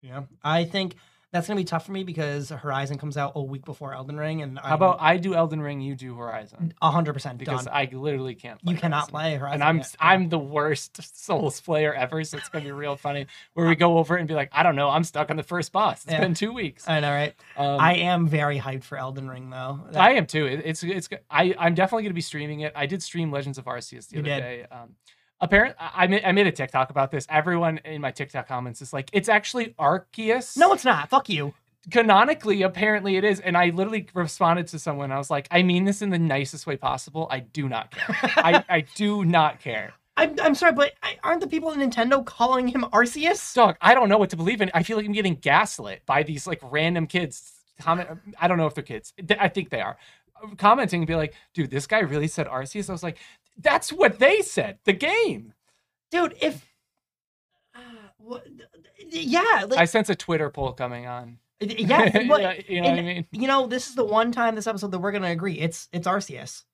[SPEAKER 2] Yeah, I think that's gonna be tough for me because Horizon comes out a week before Elden Ring, and
[SPEAKER 1] How about I do Elden Ring, you do Horizon?
[SPEAKER 2] hundred percent
[SPEAKER 1] Because
[SPEAKER 2] done?
[SPEAKER 1] I literally can't. Play
[SPEAKER 2] you cannot
[SPEAKER 1] Horizon.
[SPEAKER 2] play Horizon,
[SPEAKER 1] And I'm
[SPEAKER 2] yet.
[SPEAKER 1] I'm the worst Souls player ever, so it's gonna be real funny where we go over it and be like, I don't know, I'm stuck on the first boss. It's
[SPEAKER 2] Yeah.
[SPEAKER 1] been two weeks.
[SPEAKER 2] I know, right?
[SPEAKER 1] Um,
[SPEAKER 2] I am very hyped for Elden Ring, though. That-
[SPEAKER 1] I am too. It, it's it's I I'm definitely going to be streaming it. I did stream Legends of Arceus the
[SPEAKER 2] You
[SPEAKER 1] other
[SPEAKER 2] did.
[SPEAKER 1] day. Um, apparent I I made, I made a TikTok about this. Everyone in my TikTok comments is like, it's actually Arceus.
[SPEAKER 2] no, it's not. Fuck you.
[SPEAKER 1] canonically apparently it is. And I literally responded to someone. I was like, I mean this in the nicest way possible. I do not care. I I do not care.
[SPEAKER 2] I'm, I'm sorry, but I, aren't the people at Nintendo calling him Arceus?
[SPEAKER 1] Dog, I don't know what to believe in. I feel like I'm getting gaslit by these like random kids. Comment. I don't know if they're kids. Th- I think they are. Commenting and be like, dude, this guy really said Arceus. I was like, that's what they said. The game.
[SPEAKER 2] Dude, if. Uh, what, yeah,
[SPEAKER 1] I
[SPEAKER 2] like,
[SPEAKER 1] sense a Twitter poll coming on.
[SPEAKER 2] yeah,
[SPEAKER 1] you
[SPEAKER 2] but,
[SPEAKER 1] know, you know what I
[SPEAKER 2] and-
[SPEAKER 1] mean.
[SPEAKER 2] you know, this is the one time this episode that we're gonna agree. It's it's Arceus.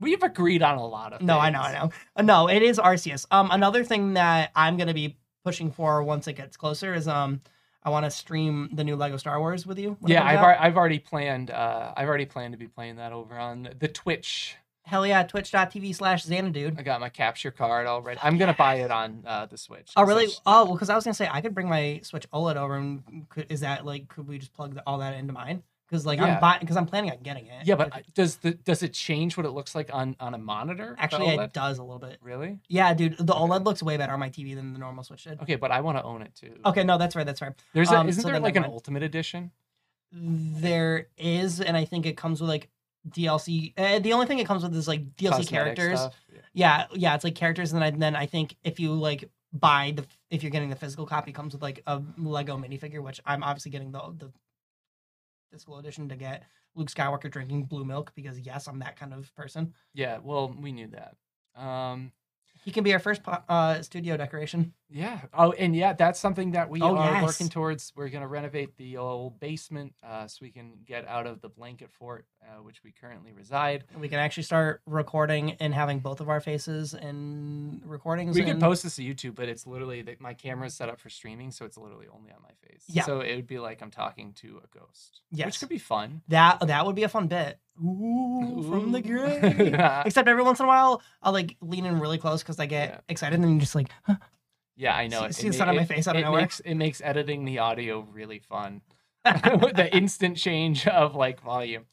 [SPEAKER 1] We've agreed on a lot of.
[SPEAKER 2] No, I know,
[SPEAKER 1] things.
[SPEAKER 2] I know. Uh, No, it is Arceus. Um, another thing that I'm gonna be pushing for once it gets closer is um, I want to stream the new Lego Star Wars with you. when it
[SPEAKER 1] Yeah,
[SPEAKER 2] comes
[SPEAKER 1] I've
[SPEAKER 2] out.
[SPEAKER 1] al- I've already planned. Uh, I've already planned to be playing that over on the Twitch.
[SPEAKER 2] hell yeah, Twitch.tv slash Xanadude.
[SPEAKER 1] I got my capture card already. I'm gonna buy it on uh, the Switch.
[SPEAKER 2] Oh really?
[SPEAKER 1] 'cause I-
[SPEAKER 2] Oh well, because I was gonna say I could bring my Switch OLED over, and could, is that like could we just plug all that into mine? Because like
[SPEAKER 1] Yeah.
[SPEAKER 2] I'm buying, because I'm planning on getting it.
[SPEAKER 1] Yeah, but I- does the does it change what it looks like on on a monitor? the
[SPEAKER 2] actually,
[SPEAKER 1] OLED?
[SPEAKER 2] it does a little bit.
[SPEAKER 1] really?
[SPEAKER 2] Yeah, dude, the OLED looks way better on my TV than the normal Switch did.
[SPEAKER 1] Okay, but I want to own it too.
[SPEAKER 2] Okay, no, that's right, that's right.
[SPEAKER 1] There's a,
[SPEAKER 2] um,
[SPEAKER 1] isn't
[SPEAKER 2] so
[SPEAKER 1] there
[SPEAKER 2] then
[SPEAKER 1] like
[SPEAKER 2] never
[SPEAKER 1] an
[SPEAKER 2] mind.
[SPEAKER 1] ultimate edition?
[SPEAKER 2] There is, and I think it comes with like DLC. Uh, the only thing it comes with is like DLC
[SPEAKER 1] Cosmetic
[SPEAKER 2] characters.
[SPEAKER 1] stuff? Yeah.
[SPEAKER 2] Yeah, yeah, it's like characters, and then I, then I think if you like buy the if you're getting the physical copy, it comes with like a Lego minifigure, which I'm obviously getting the the physical edition to get Luke Skywalker drinking blue milk because yes, I'm that kind of person.
[SPEAKER 1] Yeah, Well, we knew that. Um.
[SPEAKER 2] He can be our first po- uh, studio decoration.
[SPEAKER 1] Yeah. Oh, and yeah, that's something that we
[SPEAKER 2] Oh,
[SPEAKER 1] are
[SPEAKER 2] yes.
[SPEAKER 1] working towards. We're gonna renovate the old basement uh, so we can get out of the blanket fort, uh, which we currently reside.
[SPEAKER 2] We can actually start recording and having both of our faces in recordings.
[SPEAKER 1] We could
[SPEAKER 2] and-
[SPEAKER 1] post this to YouTube, but it's literally that my camera is set up for streaming, so it's literally only on my face.
[SPEAKER 2] Yeah.
[SPEAKER 1] So it would be like I'm talking to a ghost. Which
[SPEAKER 2] Yes.
[SPEAKER 1] could be fun.
[SPEAKER 2] that that would be a fun bit. Ooh, from the
[SPEAKER 1] Ooh.
[SPEAKER 2] grave. Except every once in a while, I'll like lean in really close because I get
[SPEAKER 1] Yeah.
[SPEAKER 2] excited and just like, huh,
[SPEAKER 1] Yeah, I know.
[SPEAKER 2] See-
[SPEAKER 1] it-
[SPEAKER 2] see
[SPEAKER 1] it
[SPEAKER 2] the
[SPEAKER 1] ma-
[SPEAKER 2] sun on my
[SPEAKER 1] it-
[SPEAKER 2] face out of
[SPEAKER 1] it
[SPEAKER 2] nowhere?
[SPEAKER 1] Makes, it makes editing the audio really fun. With the instant change of like volume.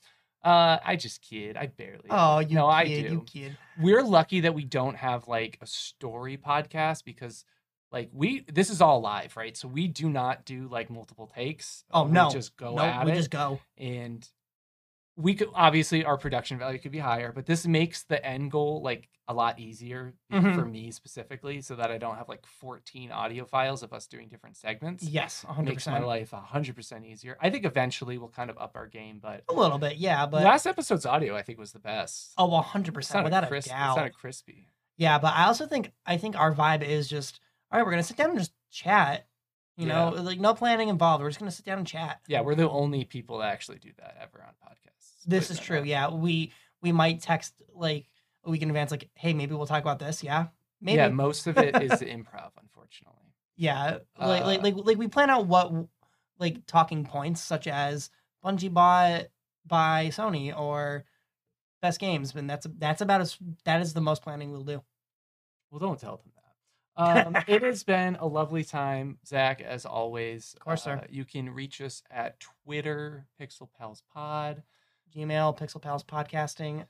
[SPEAKER 1] Uh, I just kid. I barely.
[SPEAKER 2] oh, you
[SPEAKER 1] No,
[SPEAKER 2] kid,
[SPEAKER 1] I do.
[SPEAKER 2] you kid.
[SPEAKER 1] We're lucky that we don't have like a story podcast because like we this is all live, right? So we do not do like multiple takes.
[SPEAKER 2] Oh,
[SPEAKER 1] We
[SPEAKER 2] no.
[SPEAKER 1] just go
[SPEAKER 2] no,
[SPEAKER 1] at
[SPEAKER 2] we
[SPEAKER 1] it
[SPEAKER 2] just go.
[SPEAKER 1] and we could obviously our production value could be higher, but this makes the end goal like a lot easier
[SPEAKER 2] Mhm.
[SPEAKER 1] for me specifically, so that I don't have like 14 audio files of us doing different segments.
[SPEAKER 2] Yes,
[SPEAKER 1] It
[SPEAKER 2] 100%.
[SPEAKER 1] makes my life 100% easier. I think eventually we'll kind of up our game, but,
[SPEAKER 2] A little bit, yeah, Oh, but
[SPEAKER 1] last episode's audio I think was the best.
[SPEAKER 2] oh, 100%
[SPEAKER 1] It sounded
[SPEAKER 2] without
[SPEAKER 1] crisp,
[SPEAKER 2] a
[SPEAKER 1] it
[SPEAKER 2] doubt.
[SPEAKER 1] sounded crispy.
[SPEAKER 2] Yeah, but I also think I think our vibe is just all right. We're gonna sit down and just chat. You know, like no planning involved. We're just gonna sit down and chat.
[SPEAKER 1] Yeah, we're the only people that actually do that ever on podcasts.
[SPEAKER 2] This
[SPEAKER 1] Believe
[SPEAKER 2] is
[SPEAKER 1] it or
[SPEAKER 2] true.
[SPEAKER 1] not.
[SPEAKER 2] Yeah, we we might text like a week in advance, like, hey, maybe we'll talk about this. Yeah, maybe.
[SPEAKER 1] Yeah,
[SPEAKER 2] Yeah,
[SPEAKER 1] most of it is improv, unfortunately.
[SPEAKER 2] like, like
[SPEAKER 1] Uh,
[SPEAKER 2] like like we plan out what like talking points such as Bungie bought by Sony or best games, and that's that's about as that is the most planning we'll do.
[SPEAKER 1] Well, don't tell them that. Um, it has been a lovely time, Zach, as always. Of
[SPEAKER 2] course, sir.
[SPEAKER 1] You can reach us at Twitter, Pixel Pals Pod.
[SPEAKER 2] Gmail, Pixel Pals Podcasting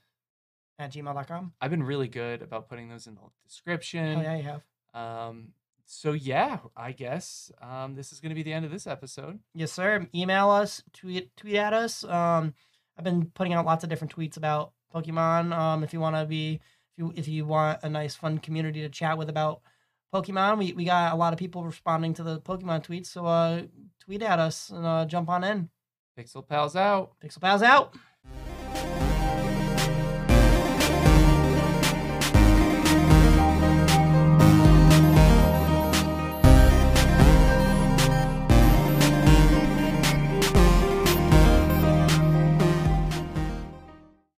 [SPEAKER 2] at gmail.com.
[SPEAKER 1] I've been really good about putting those in the description.
[SPEAKER 2] Oh yeah, you have.
[SPEAKER 1] Um, so yeah, I guess um, this is going to be the end of this episode.
[SPEAKER 2] Yes, sir. Email us, tweet tweet at us. Um, I've been putting out lots of different tweets about Pokemon. Um, if you want to be, if you if you want a nice fun community to chat with about Pokemon, we, we got a lot of people responding to the Pokemon tweets. So uh, tweet at us and uh, jump on in.
[SPEAKER 1] Pixel Pals out.
[SPEAKER 2] Pixel Pals out.
[SPEAKER 4] Thank